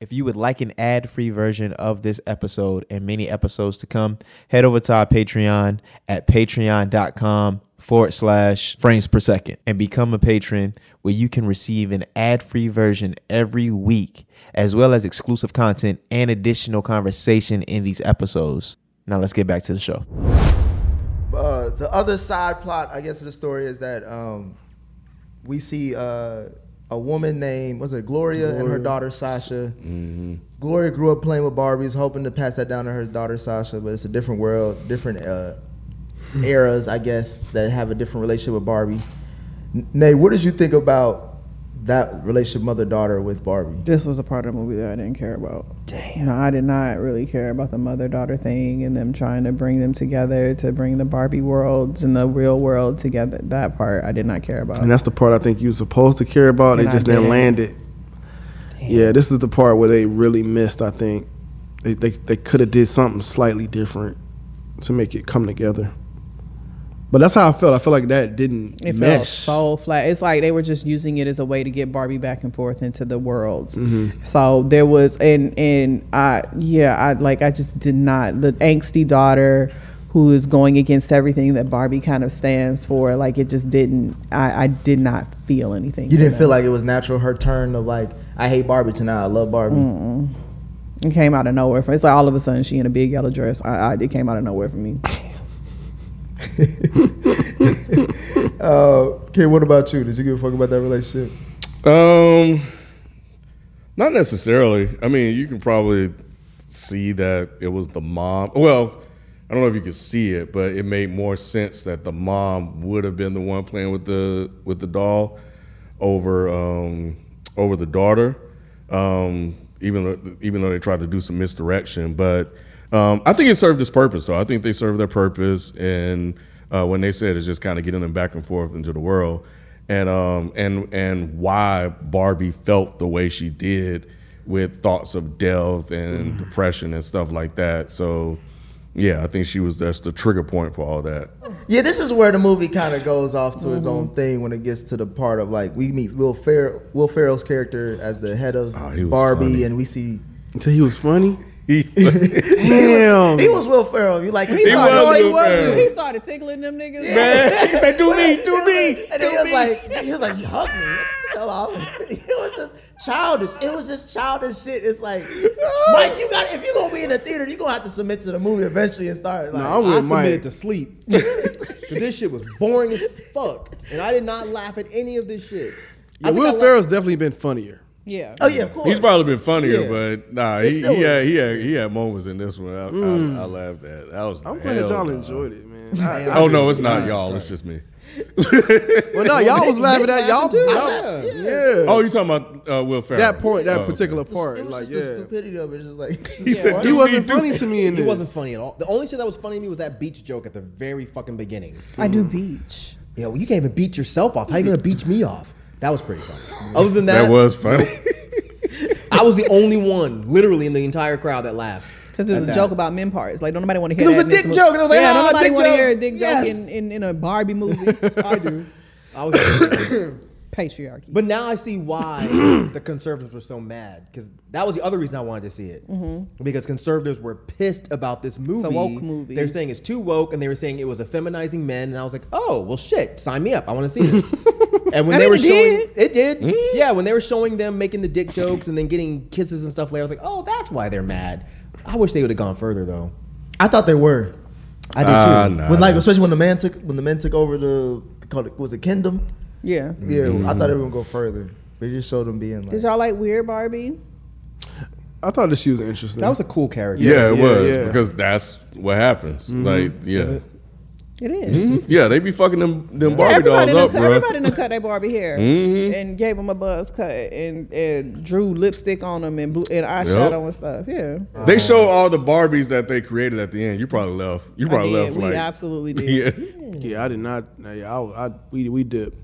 If you would like an ad free version of this episode and many episodes to come, head over to our Patreon at patreon.com forward slash frames per second and become a patron where you can receive an ad free version every week, as well as exclusive content and additional conversation in these episodes. Now let's get back to the show. uh, the other side plot, I guess, of the story is that um, we see uh, a woman named was it Gloria, and her daughter Sasha. Gloria grew up playing with Barbies, hoping to pass that down to her daughter Sasha, but it's a different world, different uh, eras, I guess, that have a different relationship with Barbie. N- Nay, what did you think about that relationship mother daughter with Barbie? this was a part of the movie that I didn't care about. Damn. No, I did not really care about the mother daughter thing and them trying to bring them together to bring the Barbie worlds and the real world together. That part I did not care about. And that's the part I think you're supposed to care about. They And I just didn't didn't. land it. Yeah, this is the part where they really missed. I think they they, they could have did something slightly different to make it come together. But that's how I felt. I felt like that didn't It felt mesh. so flat. It's like they were just using it as a way to get Barbie back and forth into the worlds. Mm-hmm. So there was, and and I, yeah, I like I just did not the angsty daughter who is going against everything that Barbie kind of stands for. Like it just didn't. I, I did not feel anything. You for didn't that. feel like it was natural her turn of like, I hate Barbie tonight, I love Barbie. it came out of nowhere. It's like all of a sudden she in a big yellow dress. I, I it came out of nowhere for me. Uh, Kid, what about you? Did you give a fuck about that relationship? Um, not necessarily. I mean, you can probably see that it was the mom. Well, I don't know if you could see it, but it made more sense that the mom would have been the one playing with the with the doll over um, over the daughter. Um, even though even though they tried to do some misdirection, but um, I think it served its purpose. Though I think they served their purpose, and uh, when they said it's just kind of getting them back and forth into the world and um and and why Barbie felt the way she did with thoughts of death and depression and stuff like that. So yeah, I think she was that's the trigger point for all that. Yeah, this is where the movie kind of goes off to its Mm-hmm. own thing when it gets to the part of like we meet Will Fer- Will Ferrell's character as the head of Oh, he was Barbie, funny. and we see Until he was funny. He- Damn. he was Will Ferrell. You like he Um, was no, he Will wasn't. He started tickling them niggas. he said, "Do me, do me." And then he was like, he was like, you hug me. What the hell off. It was just childish. It was just childish shit. It's like, Mike, you got if you gonna be in the theater, you are gonna have to submit to the movie eventually and start. Like, I'm I with submitted Mike. to sleep. Cause this shit was boring as fuck, and I did not laugh at any of this shit. I Yeah, think I Will laugh- Ferrell's definitely been funnier. Yeah. oh yeah, of course. He's probably been funnier, Yeah. but nah, he, still he had he had he had moments in this one. I, I, I laughed at. That was Mm. I'm glad y'all enjoyed it, man. I- Oh no, it's not y'all. It's just me. well, no, y'all was laughing at y'all. too. y'all- Yeah. yeah. Oh, you talking about uh, Will Ferrell? that point, that Oh. particular part, It was like just the yeah, stupidity of it. Just like He said, he "Do wasn't me, do funny me." to me in He this. wasn't funny at all. The only shit that was funny to me was that beach joke at the very fucking beginning. I do beach. Yeah, well, you can't even beat yourself off. How you gonna beat me off? That was pretty funny. Other than that, That was funny. I was the only one, literally in the entire crowd, that laughed. Because it was at a that. joke about men parts. Like, don't nobody want to hear It was that. a in this dick mo- joke, and I was like, yeah, "Ah, nobody dick want to hear a jokes." dick Yes. joke in, in, in a Barbie movie. I do. I was. Patriarchy. But now I see why the conservatives were so mad because that was the other reason I wanted to see it because conservatives were pissed about this movie. Mm-hmm. a woke movie. They were saying it's too woke, and they were saying it was effeminizing men. And I was like, oh well, shit, sign me up. I want to see this. and when And they it were showing, did. it did. Yeah, when they were showing them making the dick jokes and then getting kisses and stuff later, I was like, oh, that's why they're mad. I wish they would have gone further though. I thought they were. I did too. Ah, nah. When like especially when the man took when the men took over the called it was it kingdom. yeah. Mm-hmm. Yeah, I thought it would go further. But it just showed them being like Did y'all like Weird Barbie? I thought that she was interesting. That was a cool character. Yeah, it yeah, was yeah. because that's what happens. Like, yeah, It is. yeah, they be fucking them them Mm-hmm. Barbie Everybody, dolls done up, Mm-hmm. cut, bro. everybody done cut their Barbie hair and gave them a buzz cut and, and drew lipstick on them and blue, and eyeshadow and stuff. Yeah, They show all the Barbies that they created at the end. You probably left. You I probably did. left. We Like, absolutely did. yeah, yeah. I did not. nah, Yeah, I, was- I we we did.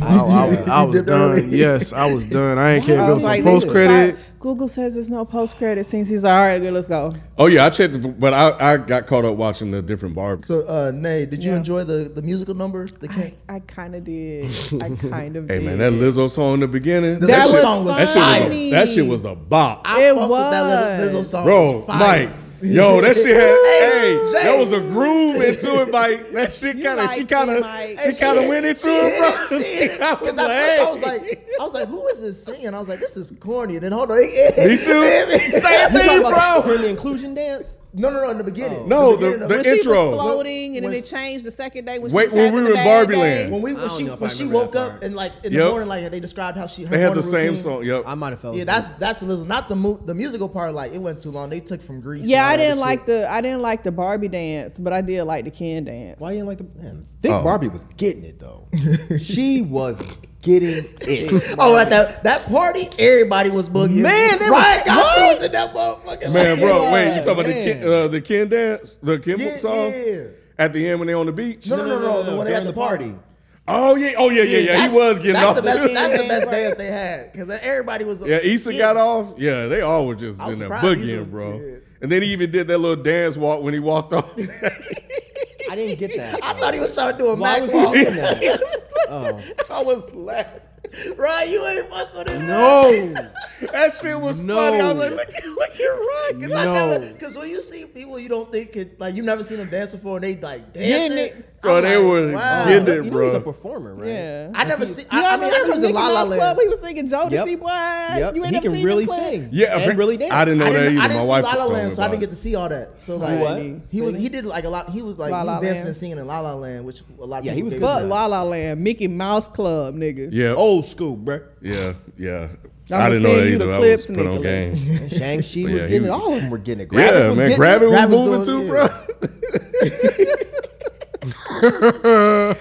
I, I was- I was done. Yes, I was done. I ain't care if it I was like, some post credit. sorry, Google says there's no post credit scenes. He's like, all right, good, let's go. Oh yeah, I checked, the- but I, I got caught up watching the different Barbies. So uh Nay, did you Yeah. enjoy the, the musical number? The I, can- I kind of did. I kind of Hey did. man, that Lizzo song in the beginning. That shit- song was that shit was funny. a, that shit was a bop, I It fucked with that little Lizzo was. song. bro. It was fire. Mike, yo, that shit had hey, Jay. that was a groove into it, Mike. That shit You kind of she liked kind it, of Mike. she She kind of hit- went into she it, hit bro. it, she hit it. I was 'Cause at first I was hey. like, I was like, who is this singing? I was like, this is corny. then hold on, it, it, Me too. Same You talking thing, about bro. the the inclusion dance? No, no, no. In the beginning, No, the- beginning of- the when She she- was intro. floating, and then it changed the second day when she Wait, was when having we a were in bad Barbie day. Land. when we when don't she know if I when she remember woke that up part. and like in the Yep. morning, like they described how she her They had the morning same routine. song. Yep. I might have fell. Yeah, asleep. that's that's the little not the mu- the musical part. Like it went too long. They took from Greece. Yeah, and all I that didn't shit. like the I didn't like the Barbie dance, but I did like the Ken dance. Why you didn't like the man? Think Oh. Barbie was getting it though. she was getting it. Oh, at that that party, everybody was boogieing. Man, they Ryan was- Gosling right? was in that motherfucker. Man, like, bro, Yeah, wait, you talking about the man. Ken, uh, the Ken dance, the Ken Yeah, song yeah. at the end when they on the beach? No, no, no, no, the one during at the the party. party. Oh yeah, oh yeah, yeah, yeah. That's- He was getting that's off. The best, that's the best Yeah. dance they had because everybody was. yeah, Issa got off. Yeah, they all were just was in there surprised Issa boogieing, was- bro. yeah. And then he even did that little dance walk when he walked off. I didn't get that. I thought he was trying to do a Why Mac was walk. he doing that? I was laughing. Ryan, you ain't fuck with him. No. That shit was No. funny. I was like, look, at- look at Ryan. Cause, I No. never, Cause when you see people you don't think it, like you never seen them dance before and they like Yeah, dancing. they- Bro, they were getting You it, know he's bro. a performer, right? Yeah. I never seen. You know I, I mean, I remember knew he was in La La Club, Land. he was singing Yep. Jodeci, boy. Yep. You ain't he never can seen really him play. sing. Yeah, and really dance. I didn't know I that didn't, either. I didn't My see wife La La was Land, so I telling didn't me get to see all that. So like, What? he was he did like a lot. He was like La he La was dancing Land. and singing in La La Land, which a lot. Of Yeah, he people was did. good. Fuck La La Land, Mickey Mouse Club, nigga. about it. Yeah, oh. Old school, bro. yeah, yeah. I'm I didn't know that just saying you either. the I clips, was put on Nicholas. game. And But Shang-Chi was yeah, he getting it. was- All of them were getting it. Gravity Yeah, was man. getting Grab it it. was Grab is moving doing- too, bro.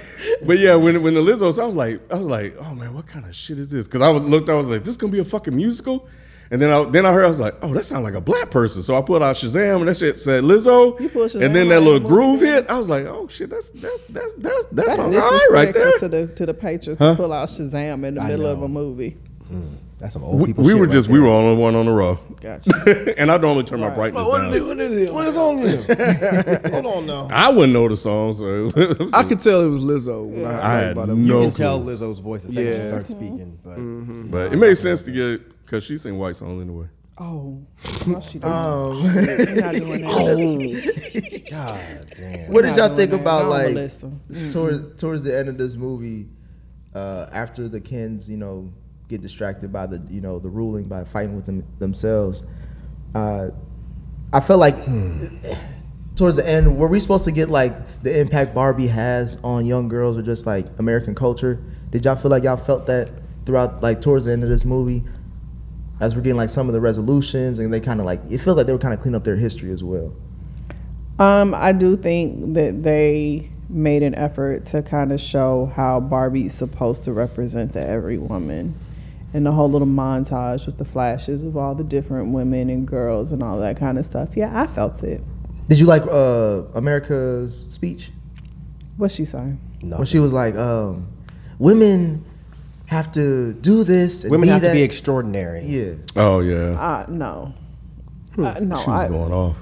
but yeah, when when the Lizzo, so I was like, I was like, oh man, what kind of shit is this? Because I was, looked, I was like, this gonna be a fucking musical. And then I then I heard, I was like, oh, that sounds like a black person. So I pulled out Shazam, and that shit said Lizzo. You pulled and then Shazam that on little that groove movie. hit. I was like, oh shit, that's that's that's that's that's, That's all right right disrespectful there. to the to the Patriots to pull out Shazam in the middle of a movie. That's some old we, people. we shit were right just there. we were on the one on the row, Gotcha. and I normally turn my brightness down. What is on there? Hold on now. I wouldn't know the song, so I could tell it was Lizzo when I heard I had about it. You no can clue. tell Lizzo's voice the second she Yeah. starts speaking. But But it made sense to get because she sing white songs anyway. oh, no, she don't. You're not doing that. God damn. What did You're not y'all think doing that. I about don't like listen. towards towards the end of this movie, uh, after the Kens, you know, get distracted by the you know the ruling by fighting with them themselves? Uh, I feel like towards the end, were we supposed to get like the impact Barbie has on young girls or just like American culture? Did y'all feel like y'all felt that throughout like towards the end of this movie? As we're getting like some of the resolutions, and they kind of like it feels like they were kind of cleaning up their history as well. Um, I do think that they made an effort to kind of show how Barbie's supposed to represent the every woman. And the whole little montage with the flashes of all the different women and girls and all that kind of stuff. Yeah, I felt it. Did you like uh, America's speech? What she saying? No. When she was like, um, women have to do this. And Women have to that. be extraordinary. Yeah. Oh yeah, Uh, no. Uh, no, Hmm, she was I, going off.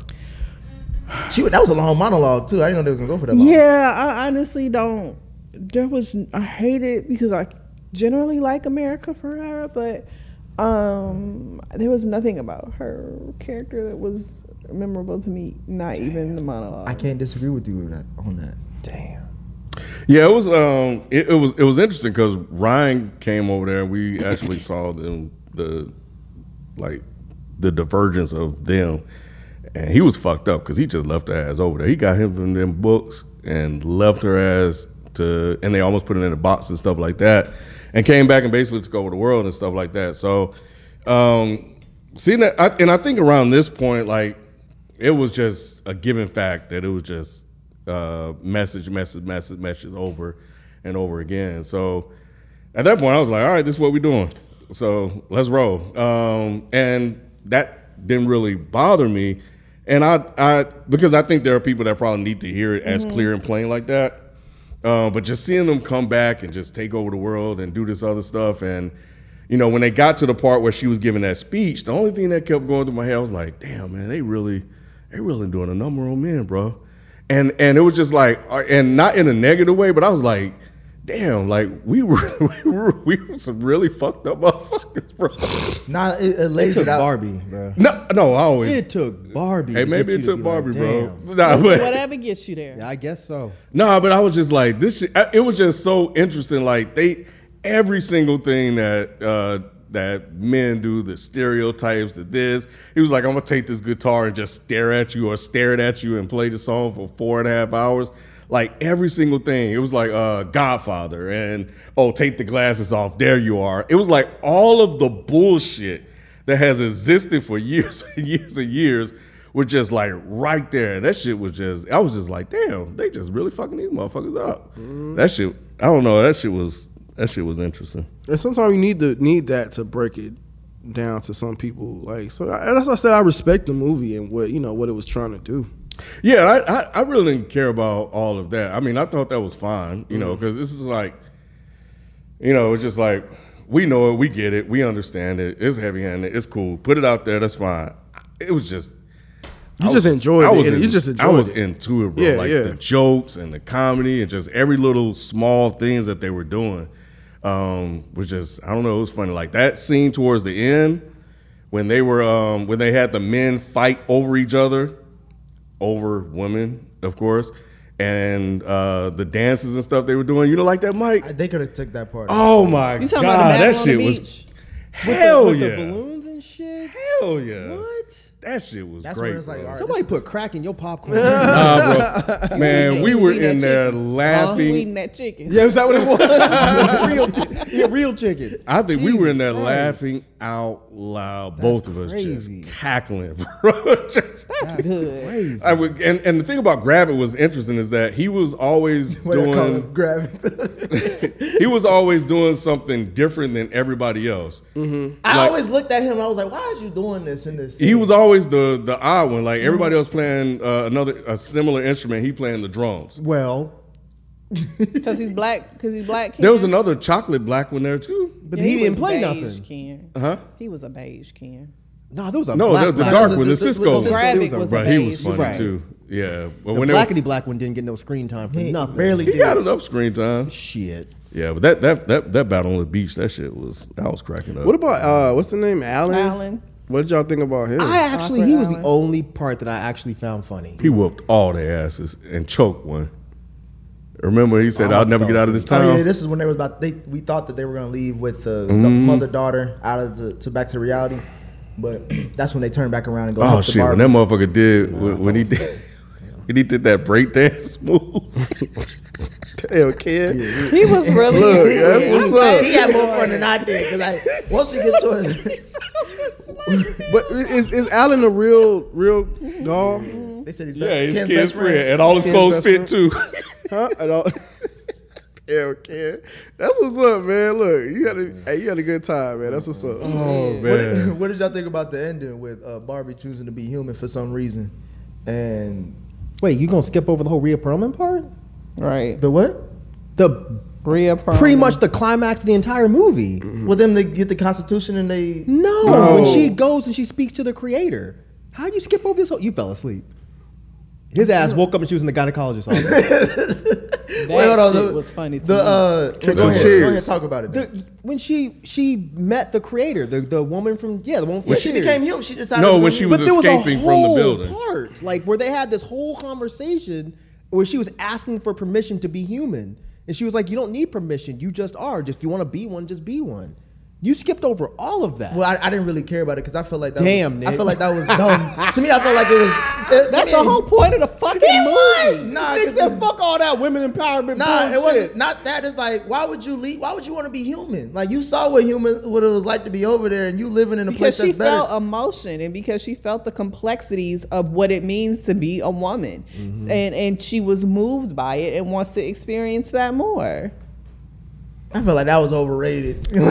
She, that was a long monologue, too. I didn't know they was going to go for that long. Yeah, I honestly don't. There was I hate it because I generally like America Ferrera, but um, there was nothing about her character that was memorable to me. Not even the monologue. I can't disagree with you with that, on that. Yeah, it was um, it, it was it was interesting because Ryan came over there and we actually saw them the like the divergence of them, and he was fucked up because he just left her ass over there. He got him from them books and left her ass to, and they almost put it in a box and stuff like that, and came back and basically took over the world and stuff like that. So, um, seeing that, I, and I think around this point, like it was just a given fact that it was just uh, message, message, message, message over and over again. So at that point, I was like, all right, this is what we're doing. So let's roll. Um, and that didn't really bother me. And I, I, because I think there are people that probably need to hear it as clear and plain like that. Uh, but just seeing them come back and just take over the world and do this other stuff. And, you know, when they got to the part where she was giving that speech, the only thing that kept going through my head I was like, damn, man, they really, they really doing a number on men, bro. And and it was just like, uh, and not in a negative way, but I was like, damn, like we were, we were, we were some really fucked up motherfuckers, bro. Nah, it, it It lays it, took out. Barbie, bro. No, no, I always. It took Barbie. hey, to maybe get you it to took be Barbie, like, bro. "Damn." Nah, but, Whatever gets you there. Yeah, I guess so. No, but I was just like this. Shit, it was just so interesting. Like they, every single thing that uh, that men do, the stereotypes, the this. He was like, I'm gonna take this guitar and just stare at you, or stare it at you and play the song for four and a half hours. Like every single thing. It was like uh, Godfather and oh, take the glasses off. There you are. It was like all of the bullshit that has existed for years and years and years were just like right there. And that shit was just, I was just like, damn, they just really fucking these motherfuckers up. That shit, I don't know. That shit was, that shit was interesting. And sometimes you need to need that to break it down to some people. Like so, I, that's why I said I respect the movie and what you know what it was trying to do. Yeah, I, I, I really didn't care about all of that. I mean, I thought that was fine, you know, because this is like, you know, it's just like, we know it, we get it, we understand it, it's heavy handed, it's cool, put it out there, that's fine. It was just, You I just was- enjoyed I it. was You in- just enjoyed I was it. into it, bro. Yeah, like yeah. the jokes and the comedy and just every little small things that they were doing um, was just I don't know. It was funny. Like that scene towards the end when they were um, when they had the men fight over each other over women, of course, and uh, the dances and stuff they were doing. You know, like that, Mike. I, they could have took that part. out. Oh my You god, talking that about the battle on shit the was beach? hell with the yeah, balloons and shit. hell yeah. What? That shit was That's great. where it's like, bro. all right, Somebody put crack in your popcorn. Nah, bro. Man, we You were eating that in there chicken. You laughing. eating that chicken. yeah, is that what it was? real, chi- yeah, real chicken. I think we were in there Jesus Christ. laughing out loud, both of us crazy. just cackling, bro. just, Good. Crazy. I would, and, and the thing about Gravit was interesting is that he was always What they call doing it, gravity. he was always doing something different than everybody else. I Like- always looked at him. I was like, "Why is you doing this in this?" He scene?" was always the the odd one. Like everybody else playing uh, another a similar instrument, he playing the drums. well, Because he's black. Because he's black. There was Ken. another chocolate black one there too. but Yeah, he, was didn't play beige nothing. Ken. Huh? He was a beige Ken. No, there was a No, black the, the black- dark The- one, the- the the- the Cisco. Cisco Rabbit was bro, a he was beige. funny Right. too. Yeah, but The when they were- blackety black one didn't get no screen time for He nothing. barely he did. got enough screen time. Shit. Yeah, but that that that that battle on the beach, that shit was I was cracking up. What about uh, what's the name? Alan. Alan. What did y'all think about him? I actually, Awkward he was the Alan. only part that I actually found funny. he whooped all their asses and choked one. Remember, he said, I "I'll almost never get fell out of this asleep. town." Oh yeah, this is when they was about. They we thought that they were gonna leave with the, the mother daughter out of the to back to reality, but that's when they turned back around and go. oh help the shit! When that Barbies. motherfucker did when, when he did when he did that breakdance move. Damn, kid. He was really. Look, that's what's up. He had more fun than I did because like once we get to it, But is, is Alan a real real doll? Mm-hmm. they said he's best, yeah, his Ken's kid's, best friend. friend. and all his Ken's clothes best fit too. Huh? At all? Damn, kid. That's what's up, man. Look, you had a hey, you had a good time, man. That's what's up. oh What did, what did y'all think about the ending with uh, Barbie choosing to be human for some reason, and Wait, you gonna skip over the whole Rhea Perlman part? Right. the what? The Rhea Perlman. pretty much the climax of the entire movie. Well, then they get the Constitution and they. No, No. when she goes and she speaks to the creator, how you skip over this whole? You fell asleep. His ass woke up and she was in the gynecologist's office. That Wait, hold on, shit the- was funny. To The me. uh, go ahead, Cheers. go ahead, talk about it. then. The- when she she met the creator, the, the woman from yeah, the woman from When she Cheers. became human, she decided. No, to when be- she was but there escaping was a from the whole building. part, like where they had this whole conversation where she was asking for permission to be human, and she was like, "You don't need permission. You just are. Just if you want to be one, just be one." You skipped over all of that. Well, I, I didn't really care about it because I felt like that. Damn, was, Nick. I felt like that was dumb. to me, I felt like it was. it- to That's me, the whole point of the fucking movie. Nah, Nick 'cause said, it- "Fuck all that women empowerment." Nah, it bullshit." wasn't not that. It's like, why would you leave? Why would you want to be human? Like you saw what human what it was like to be over there, and you living in a place because she that's better. felt emotion and because she felt the complexities of what it means to be a woman Mm-hmm. and and she was moved by it and wants to experience that more I feel like that was overrated. Yo,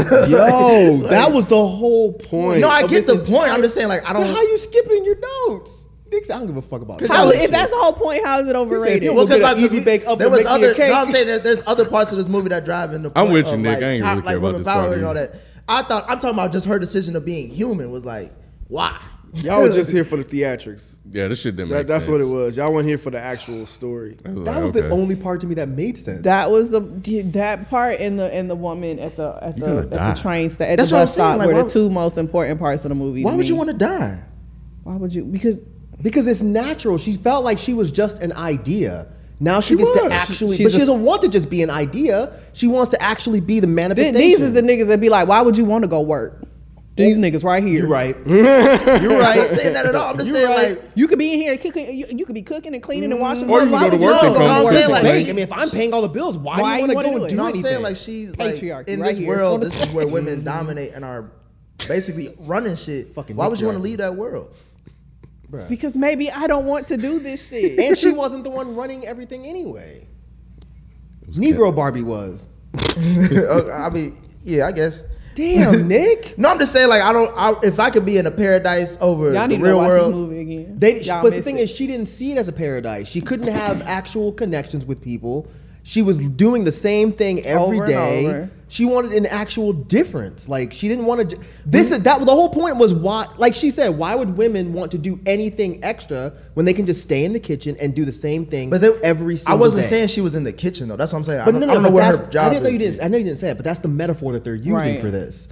that was the whole point. No, I of get this the point. I'm just saying, like, I Then don't- How you skip it in your notes? Nick said, "I don't give a fuck about it." how, if that's the whole point how is it overrated you Well, Go get because an like 'cause easy we- bake oven, there was make me a other. cake. No, I'm saying there, there's other parts of this movie that drive in the. I'm point with you, of, Nick. Like, I ain't really how- care like, about women this part power and either. all that. I thought I'm talking about just her decision of being human was like, why? Y'all were just here for the theatrics. yeah, this shit didn't make That, that's sense. what it was. Y'all weren't here for the actual story. I that like, was the okay. only part to me that made sense. that was the that part and the and the woman at the at You're the, gonna at die. the train stop at That's the what I'm bus stop saying, like, were why- the two most important parts of the movie. Why would you want to? to die? me. Why would you? Because because it's natural. She felt like she was just an idea. Now she, gets to was. actually, She's but she a- doesn't want to just be an idea. She wants to actually be the th- manifestation. these is the niggas that be like, why would you want to go work? These niggas right here. You're right. You're right. I'm not saying that at all. I'm just saying like. You could be in here cooking. You, you could be cooking and cleaning and washing. Or clothes. you Why can go to would work you and wanna go come outside visit like- me. Hey, I mean, if I'm paying all the bills, why, Why do you you want to wanna go do and it? do No, I'm anything? saying like she's like Patriarchy in right this here. world, On the this is where women dominate and are basically running shit. Fucking Why would you want to patriarchy. leave that world? Because maybe I don't want to do this shit. and she wasn't the one running everything anyway. Negro Barbie was. Uh, I mean, yeah, I guess. Damn, Nick. No, I'm just saying like I don't. I, if I could be in a paradise over Y'all the need to real go watch world, this movie again. They, Y'all but the missed thing it. is, she didn't see it as a paradise. She couldn't have actual connections with people. She was doing the same thing every Over and day. over. She wanted an actual difference. Like she didn't want to. This Mm-hmm. is that. The whole point was why. Like she said, why would women want to do anything extra when they can just stay in the kitchen and do the same thing? But they, every single I wasn't day? saying she was in the kitchen though. That's what I'm saying. I But don't, no, no, I don't but know where that's- her job I didn't know you is. didn't. I know you didn't say it, but that's the metaphor that they're using Right. for this.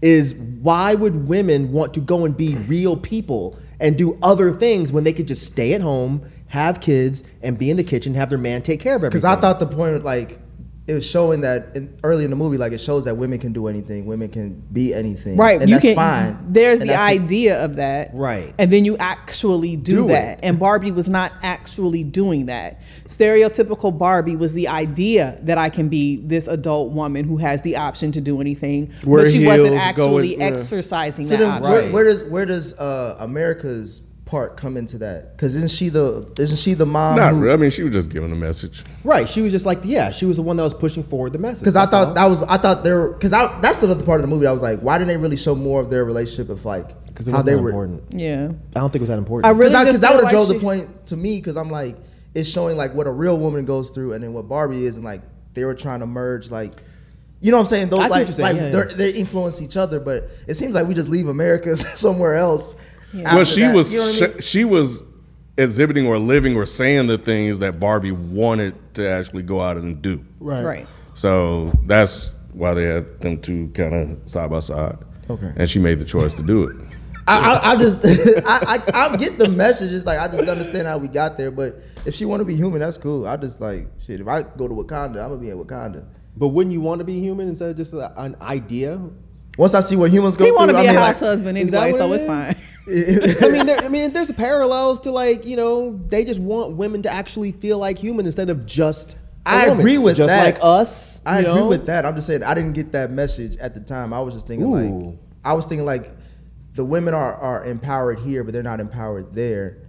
Is why would women want to go and be real people and do other things when they could just stay at home, have kids, and be in the kitchen, have their man take care of everything? Because I thought the point, like, it was showing that in, early in the movie, like, it shows that women can do anything, women can be anything, Right, And you that's can. fine. There's And the that's- idea of that, Right. And then you actually do, Do that. it. And Barbie was not actually doing that. Stereotypical Barbie was the idea that I can be this adult woman who has the option to do anything, Wear but she wasn't heels, go actually and- yeah. exercising So that then, option. where, where does where does uh, America's part come into that? Because isn't she the isn't she the mom? Not who- really. I mean, she was just giving a message. right. She was just like, yeah, she was the one that was pushing forward the message. Because I That's thought all. that was I thought there because I that's another part of the movie. I was like, why didn't they really show more of their relationship of like 'Cause it how wasn't they that were? important. Yeah, I don't think it was that important. I really Because just that feel would have like drove the she- point to me. Because I'm like, it's showing like what a real woman goes through, and then what Barbie is, and like they were trying to merge like. You know what I'm saying? Those I see what like, you're saying, like yeah, they're yeah. they influence each other, but it seems like we just leave America somewhere else. after well, she that. was You know what I mean? sh- she was exhibiting or living or saying the things that Barbie wanted to actually go out and do. right. So that's why they had them two kind of side by side. Okay. And she made the choice to do it. I, I, I just I, I I get the message. It's like I just don't understand how we got there. But if she want to be human, that's cool. I just like shit. If I go to Wakanda, I'm gonna be in Wakanda. but wouldn't you want to be human instead of just a, an idea? Once I see what humans go He through, want to be I a mean, house like, husband is that anyway, what so it it's is? fine. I mean, there, I mean, there's parallels to like you know they just want women to actually feel like human instead of just. I I agree with just that. like us. I you agree know? with that. I'm just saying I didn't get that message at the time. I was just thinking like Ooh. I was thinking like the women are are empowered here, but they're not empowered there.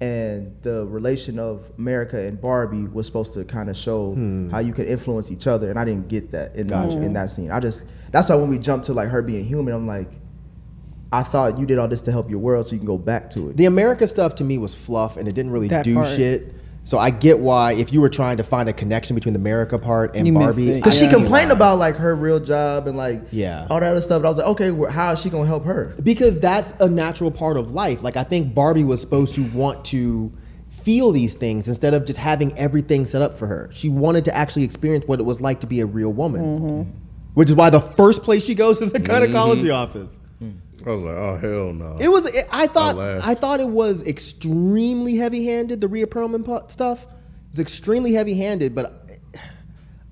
And the relation of America and Barbie was supposed to kind of show Hmm. how you can influence each other, and I didn't get that in in that scene. I just that's why when we jumped to like her being human, I'm like, I thought you did all this to help your world, so you can go back to it. The America stuff to me was fluff and it didn't really That do part. shit. So I get why if you were trying to find a connection between the America part and You missed Barbie, it. I Cause she see complained why. about like her real job and like Yeah. all that other stuff. But I was like, okay, well, how is she gonna help her? because that's a natural part of life. Like I think Barbie was supposed to want to feel these things instead of just having everything set up for her. She wanted to actually experience what it was like to be a real woman, which is why the first place she goes is the gynecology office. I was like, oh hell no. It was. It, I thought. laugh. I thought it was extremely heavy-handed. The Rhea Perlman pu- stuff It was extremely heavy-handed, but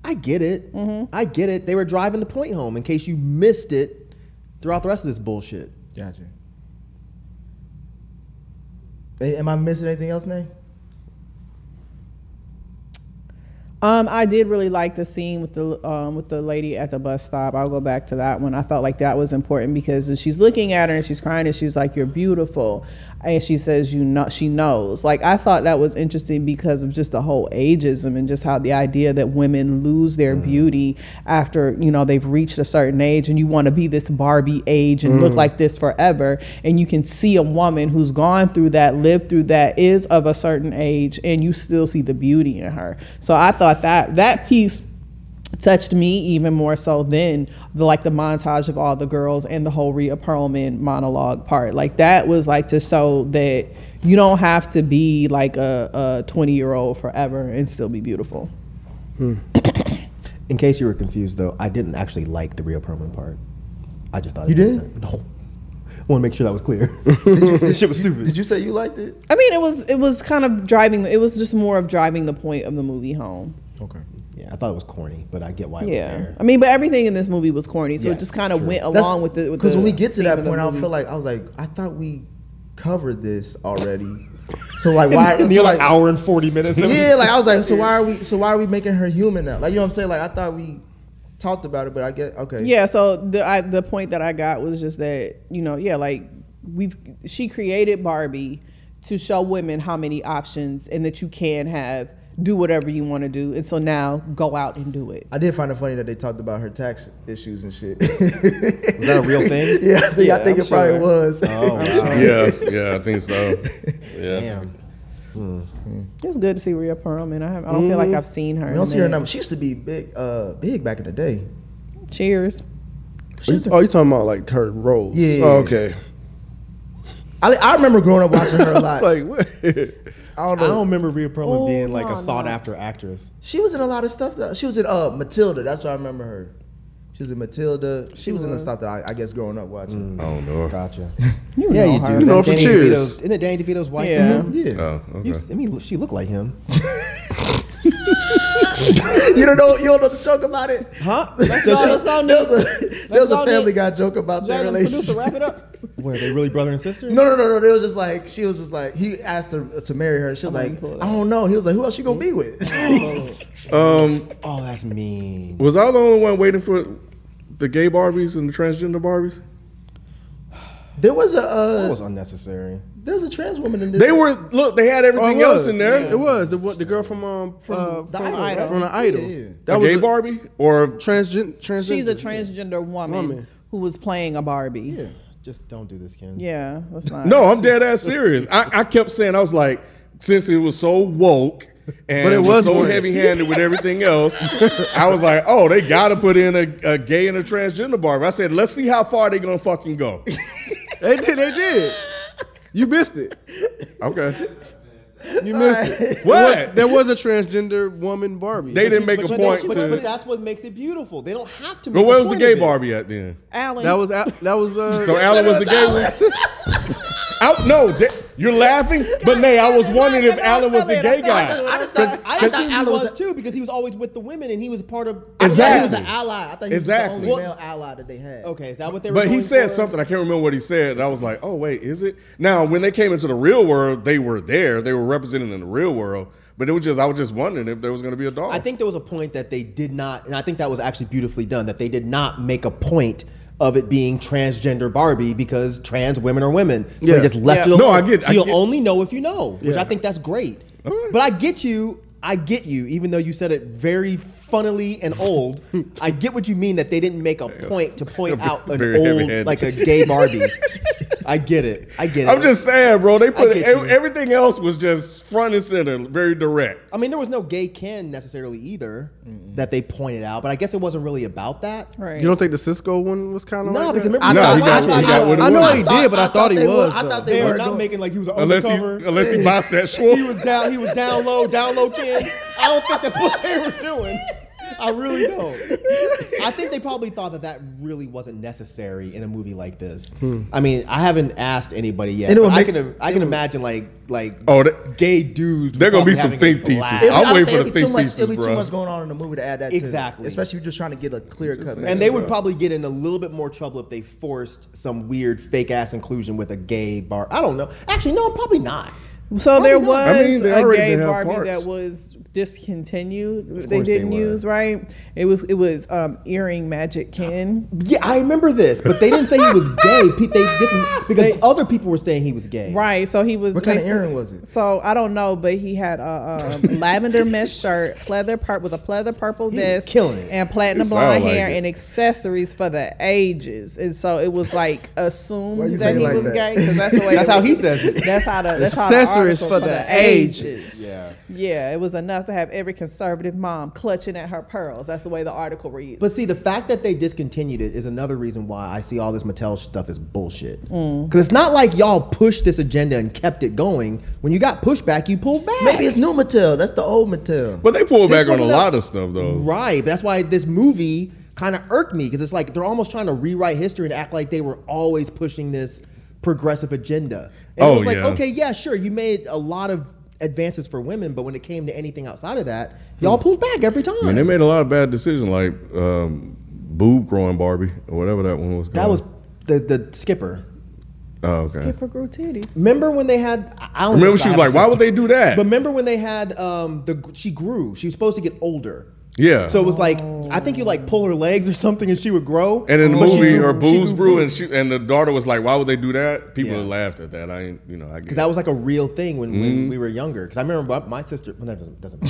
I get it. I get it. They were driving the point home in case you missed it throughout the rest of this bullshit. Gotcha. A- Am I missing anything else, Nay? Um, I did really like the scene with the um, with the lady at the bus stop. I'll go back to that one. I felt like that was important because she's looking at her and she's crying and she's like, "You're beautiful," and she says, "You know," she knows. Like I thought that was interesting because of just the whole ageism and just how the idea that women lose their beauty after you know they've reached a certain age and you want to be this Barbie age and look like this forever. And you can see a woman who's gone through that, lived through that, is of a certain age, and you still see the beauty in her. So I thought that that piece touched me even more so than the like the montage of all the girls and the whole Rhea Perlman monologue part. Like that was like to show that you don't have to be like a 20 year old forever and still be beautiful. In case you were confused, though, I didn't actually like the Rhea Perlman part. I just thought You it made did? sense. No. I want to make sure that was clear. this shit was stupid. Did you say you liked it? I mean, it was it was kind of driving. It was just more of driving the point of the movie home. yeah, I thought it was corny, but I get why it was Yeah, there. I mean, but everything in this movie was corny, so it Yes, just kind of true. went along with it. Because when we get to that point, I feel like I was like, I thought we covered this already. so like, why? And so, you're like, hour and 40 minutes. yeah, like I was like, so why are we? So why are we making her human now? Like you know what I'm saying? Like I thought we talked about it, but I get okay. yeah. So the I, the point that I got was just that you know, yeah, like we've she created Barbie to show women how many options and that you can have do whatever you want to do, and so now go out and do it. I did find it funny that they talked about her tax issues and shit. Was that a real thing? yeah, I think, I think I'm it probably sure. was. Oh, wow. yeah, yeah, I think so. Yeah. Damn. It's good to see Rhea Perlman. I, have, I don't feel like I've seen her. We in don't a see her minute. number. She used to be big, uh, big back in the day. Cheers. She used to- Oh, you talking about like her roles? Yeah. Oh, okay. I, I remember growing up watching her a It's lot. like what? I don't I know. Oh, don't remember Rhea Perlman being like a sought after actress. She was in a lot of stuff. Though. She was in uh, Matilda. That's where I remember her. She was in Matilda. She, was, in the stuff that I, I guess growing up watching. I don't know. Gotcha. You Yeah, know you her. do. know Mm. Oh, That's from Danny Cheers. DeVito's, isn't it Danny DeVito's wife? Yeah. Yeah. Oh, okay. You, I mean, she looked like him. you don't know. You don't know the joke about it. Huh? There's all- a, that's all there's a- there's a all Family Nick. Guy joke about their Jasmine, producer, relationship. wrap it up. Were they really brother and sister? No, no, no, no. It was just like she was just like he asked her to marry her. She was like, I don't know. He was like, who else you gonna be with? Um, Oh, that's mean. was I the only one waiting for the gay Barbies and the transgender Barbies? there was a That uh, was unnecessary. there's a trans woman in this. They were look. They had Oh, it everything was. else in there. It was the what, the girl from um from, uh, the from, Idol, right? from the idol. Yeah, yeah. That a was gay a- Barbie or Transgen- transgender. She's a transgender woman, Woman. who was playing a Barbie. Yeah, Just don't do this, Ken. that's not. no? I'm dead ass serious. I, I kept saying I was like, since it was so woke and But it it was was so woke. heavy handed with everything else, I was like, oh, they gotta put in a, a gay and a transgender Barbie. I said, let's see how far they gonna fucking go. They did. They did. You missed it. Okay, You missed it. what? There was a transgender woman Barbie. They didn't make a But, point but- but to. that's what makes it beautiful. They don't have to. But make where a was the point gay of it. Barbie at then? Alan. That was Al- that was uh. So Alan was the gay one. I, no, that- you're laughing, but nay, I was wondering if Alan was the gay guy. I just thought I I just think thought he Alan was was. too because he was always with the women and he was part of. I thought he was Exactly. an ally. I thought he was the Exactly. only Well- male ally that they had. Okay, is that what they were? But he going said for? something. I can't remember what he said. And I was like, oh, wait, is it? Now, when they came into the real world, they were there. They were represented in the real world. But it was just, I was just wondering if there was going to be a dog. I think there was a point that they did not, and I think that was actually beautifully done. That they did not make a point of it being transgender Barbie because trans women are women. So Yeah. they just left Yeah. it No, alone. I get- So I you'll get- only know if you know, which Yeah. I think that's great. Alright. But I get you. I get you. Even though you said it very funnily and old, I get what you mean that they didn't make a point to point out an Very old heavy-handed. like a gay Barbie. I get it. I get it. I'm just saying, bro. They put I get ev- you. everything else was just front and center, very direct. I mean, there was no gay Ken necessarily either that they pointed out, but I guess it wasn't really about that. right. You don't think the Cisco one was kind of No, like because that? remember, I No, thought- he I got- thought he got I- what he I wanted. I know he did, but I thought he they was, were- I though. thought they they were were not doing- making like he was Unless he, undercover. unless he bisexual. he was down. He was down low, down low, Ken. I don't think that's what they were doing. I really don't. I think they probably thought that that really wasn't necessary in a movie like this. Hmm. I mean, I haven't asked anybody yet. And it but would I make can s- I can imagine like like Oh, that- gay dudes. There gonna be probably some having a think pieces. blast. It'd be- I'm I would waiting say for it'd the be too think much- pieces, It'd be bro. too much going on in the movie to add that. to it. Exactly. Especially if you're just trying to get a clear cut. And they would probably get in a little bit more trouble if they forced some weird fake ass inclusion with a gay bar. I don't know. Actually, no, probably not. So there not. was I mean, they a already gay didn't have Barbie parts. that was discontinued. They course they didn't were. use right. It was it was um, earring magic Ken. Yeah, I remember this, but they didn't say he was gay. Pe- they didn't, because other people were saying he was gay. Right. So he was. What kind they of said- earring was it? So I don't know, but he had a um, lavender mesh shirt, pleather part with a pleather purple was vest, killing it. and platinum It blonde sound like hair it. and accessories for the ages. And so it was like Why assumed you that say it he like was that? gay because that's the way. That's it how was- he says it. That's how the that's how the Accessories article for the ages. Yeah. Yeah. It was enough to have every conservative mom clutching at her pearls. That's the way the article reads. But see, the fact that they discontinued it is another reason why I see all this Mattel stuff as bullshit. Because Mm. it's not like y'all pushed this agenda and kept it going. When you got pushback, you pulled back. Maybe it's new Mattel. That's the old Mattel. But they pulled This back on a wasn't lot of stuff, though. Right. That's why this movie kind of irked me because it's like they're almost trying to rewrite history and act like they were always pushing this progressive agenda. And Oh, it was like, yeah. okay, yeah, sure, you made a lot of advances for women, but when it came to anything outside of that, y'all pulled back every time. I mean, Hmm. they made a lot of bad decisions, like um, boob growing Barbie or whatever that one was called. that was the the skipper. oh, okay. Skipper grew titties. Remember when they had? I- I don't know Remember, if she was I like, have "Why a sister. would they do that?" But remember when they had um the she grew? She was supposed to get older. Yeah. So it was like I think you like pull her legs or something and she would grow. and in the But she movie, grew- her she boobs grew grew, and she and the daughter was like, "Why would they do that?" People Yeah. laughed at that. I ain't, you know, I get Because that was like a real thing when, Mm-hmm. when we were younger. Because I remember my, my sister. Well, that doesn't. doesn't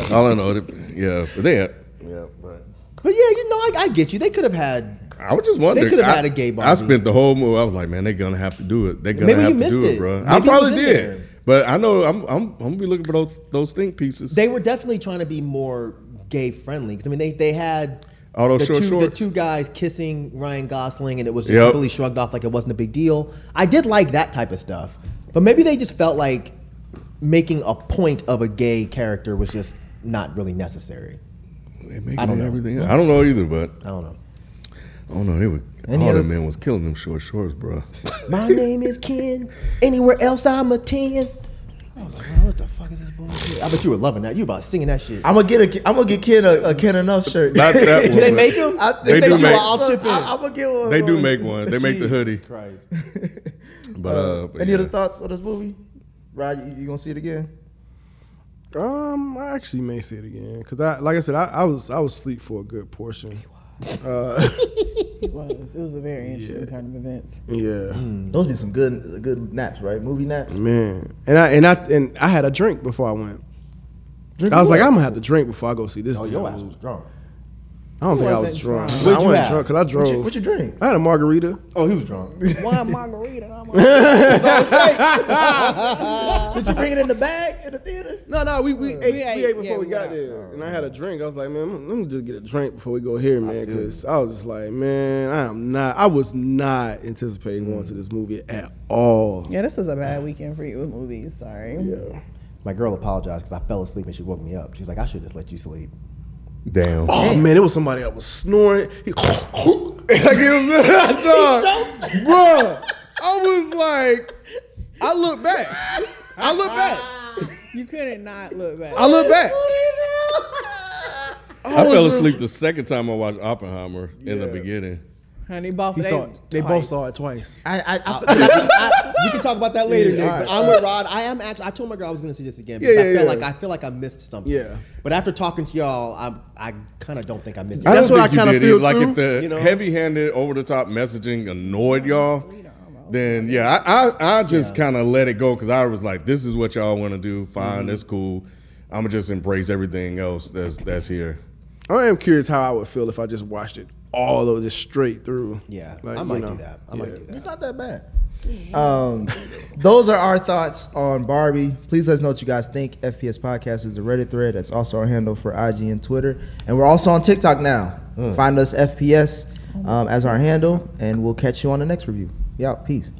matter. it. all I know. That, yeah, but they had. Yeah, but but yeah, you know, I, I get you. They could have had. I was just wondering. could've I- had a gay I Barbie. spent the whole movie. I was like, "Man, they're gonna have to do it. They're gonna Maybe you have to missed do it, it. bro." Maybe I it probably was in did, there. But I know I'm I'm I'm gonna be looking for those those think pieces. They were definitely trying to be more gay friendly because I mean they they had All those the, short two, the shorts. two guys kissing Ryan Gosling and it was just Yep. completely shrugged off like it wasn't a big deal. I did like that type of stuff, but maybe they just felt like making a point of a gay character was just not really necessary. They making I don't know. everything. I don't know either, but I don't know. I don't know. They were Any all other- the men was killing them short shorts, bro. My name is Ken. Anywhere else I'm a ten. I was like, man, what the fuck is this bullshit? I bet you were loving that. You about singing that shit. I'm gonna get a I'm gonna get Ken a, a Ken enough shirt. Not that one. Do they but make them? I They do think they, do. make- I'll I'll chip chip in. I, am gonna get one. They do bro. make one. They make the Jesus hoodie. Christ. But uh, but Any yeah. other thoughts on this movie? Rod, you, you gonna see it again? Um, I actually may see it again because I, like I said, I, I was I was asleep for a good portion. It was. It was a very interesting turn of events. Yeah, Mm. Those be some good good naps, right? Movie naps. man. And I and I and I had a drink before I went. Drink I was what? like, I'm gonna have to drink before I go see this. Oh, damn your ass movie. was drunk. I don't think I was wasn't drunk. drunk. I What'd you wasn't have? drunk because I drove. What you, what you drink? I had a margarita. Oh, he was drunk. Did One margarita. I'm you bring it in the bag in the theater? No, no, we, we, ate, ate- we ate before yeah, we we got got- there. and I had a drink. I was like, man, let me just get a drink before we go here, man. Because I was just like, man, I am not, I was not anticipating going to this movie at all. Yeah, this is a bad weekend for you with movies. Sorry. Yeah. My girl apologized because I fell asleep and she woke me up. She's like, I should just let you sleep. Damn. Oh, man, it was somebody that was snoring. He, like, it was, Bruh, I was like, I look back. I look back. You couldn't not look back. I look back. I fell asleep the second time I watched Oppenheimer in the beginning. Honey, both He they, saw it. They both saw it twice. I, I, I, we can talk about that later, Nick. but I'm with Rod. I am actually. I told my girl I was going to see this again because Yeah, I yeah, feel yeah. like I feel like I missed something. Yeah. But after talking to y'all, I I kind of don't think I missed I it. That's don't what think I you kinda did feel either. Like too, if the you know? heavy-handed, over-the-top messaging annoyed y'all, then yeah, I I, I just kind of let it go because I was like, this is what y'all want to do. Fine, Mm-hmm. that's cool. I'm gonna just embrace everything else that's that's here. I am curious how I would feel if I just watched it all of this straight through. Yeah, Like, I you might know. do that. I might do that. It's not that bad. Um, those are our thoughts on Barbie. Please let us know what you guys think. FPS Podcast is a Reddit thread. That's also our handle for IG and Twitter. And we're also on TikTok now. Find us FPS um, as our handle, and we'll catch you on the next review. Yeah, peace.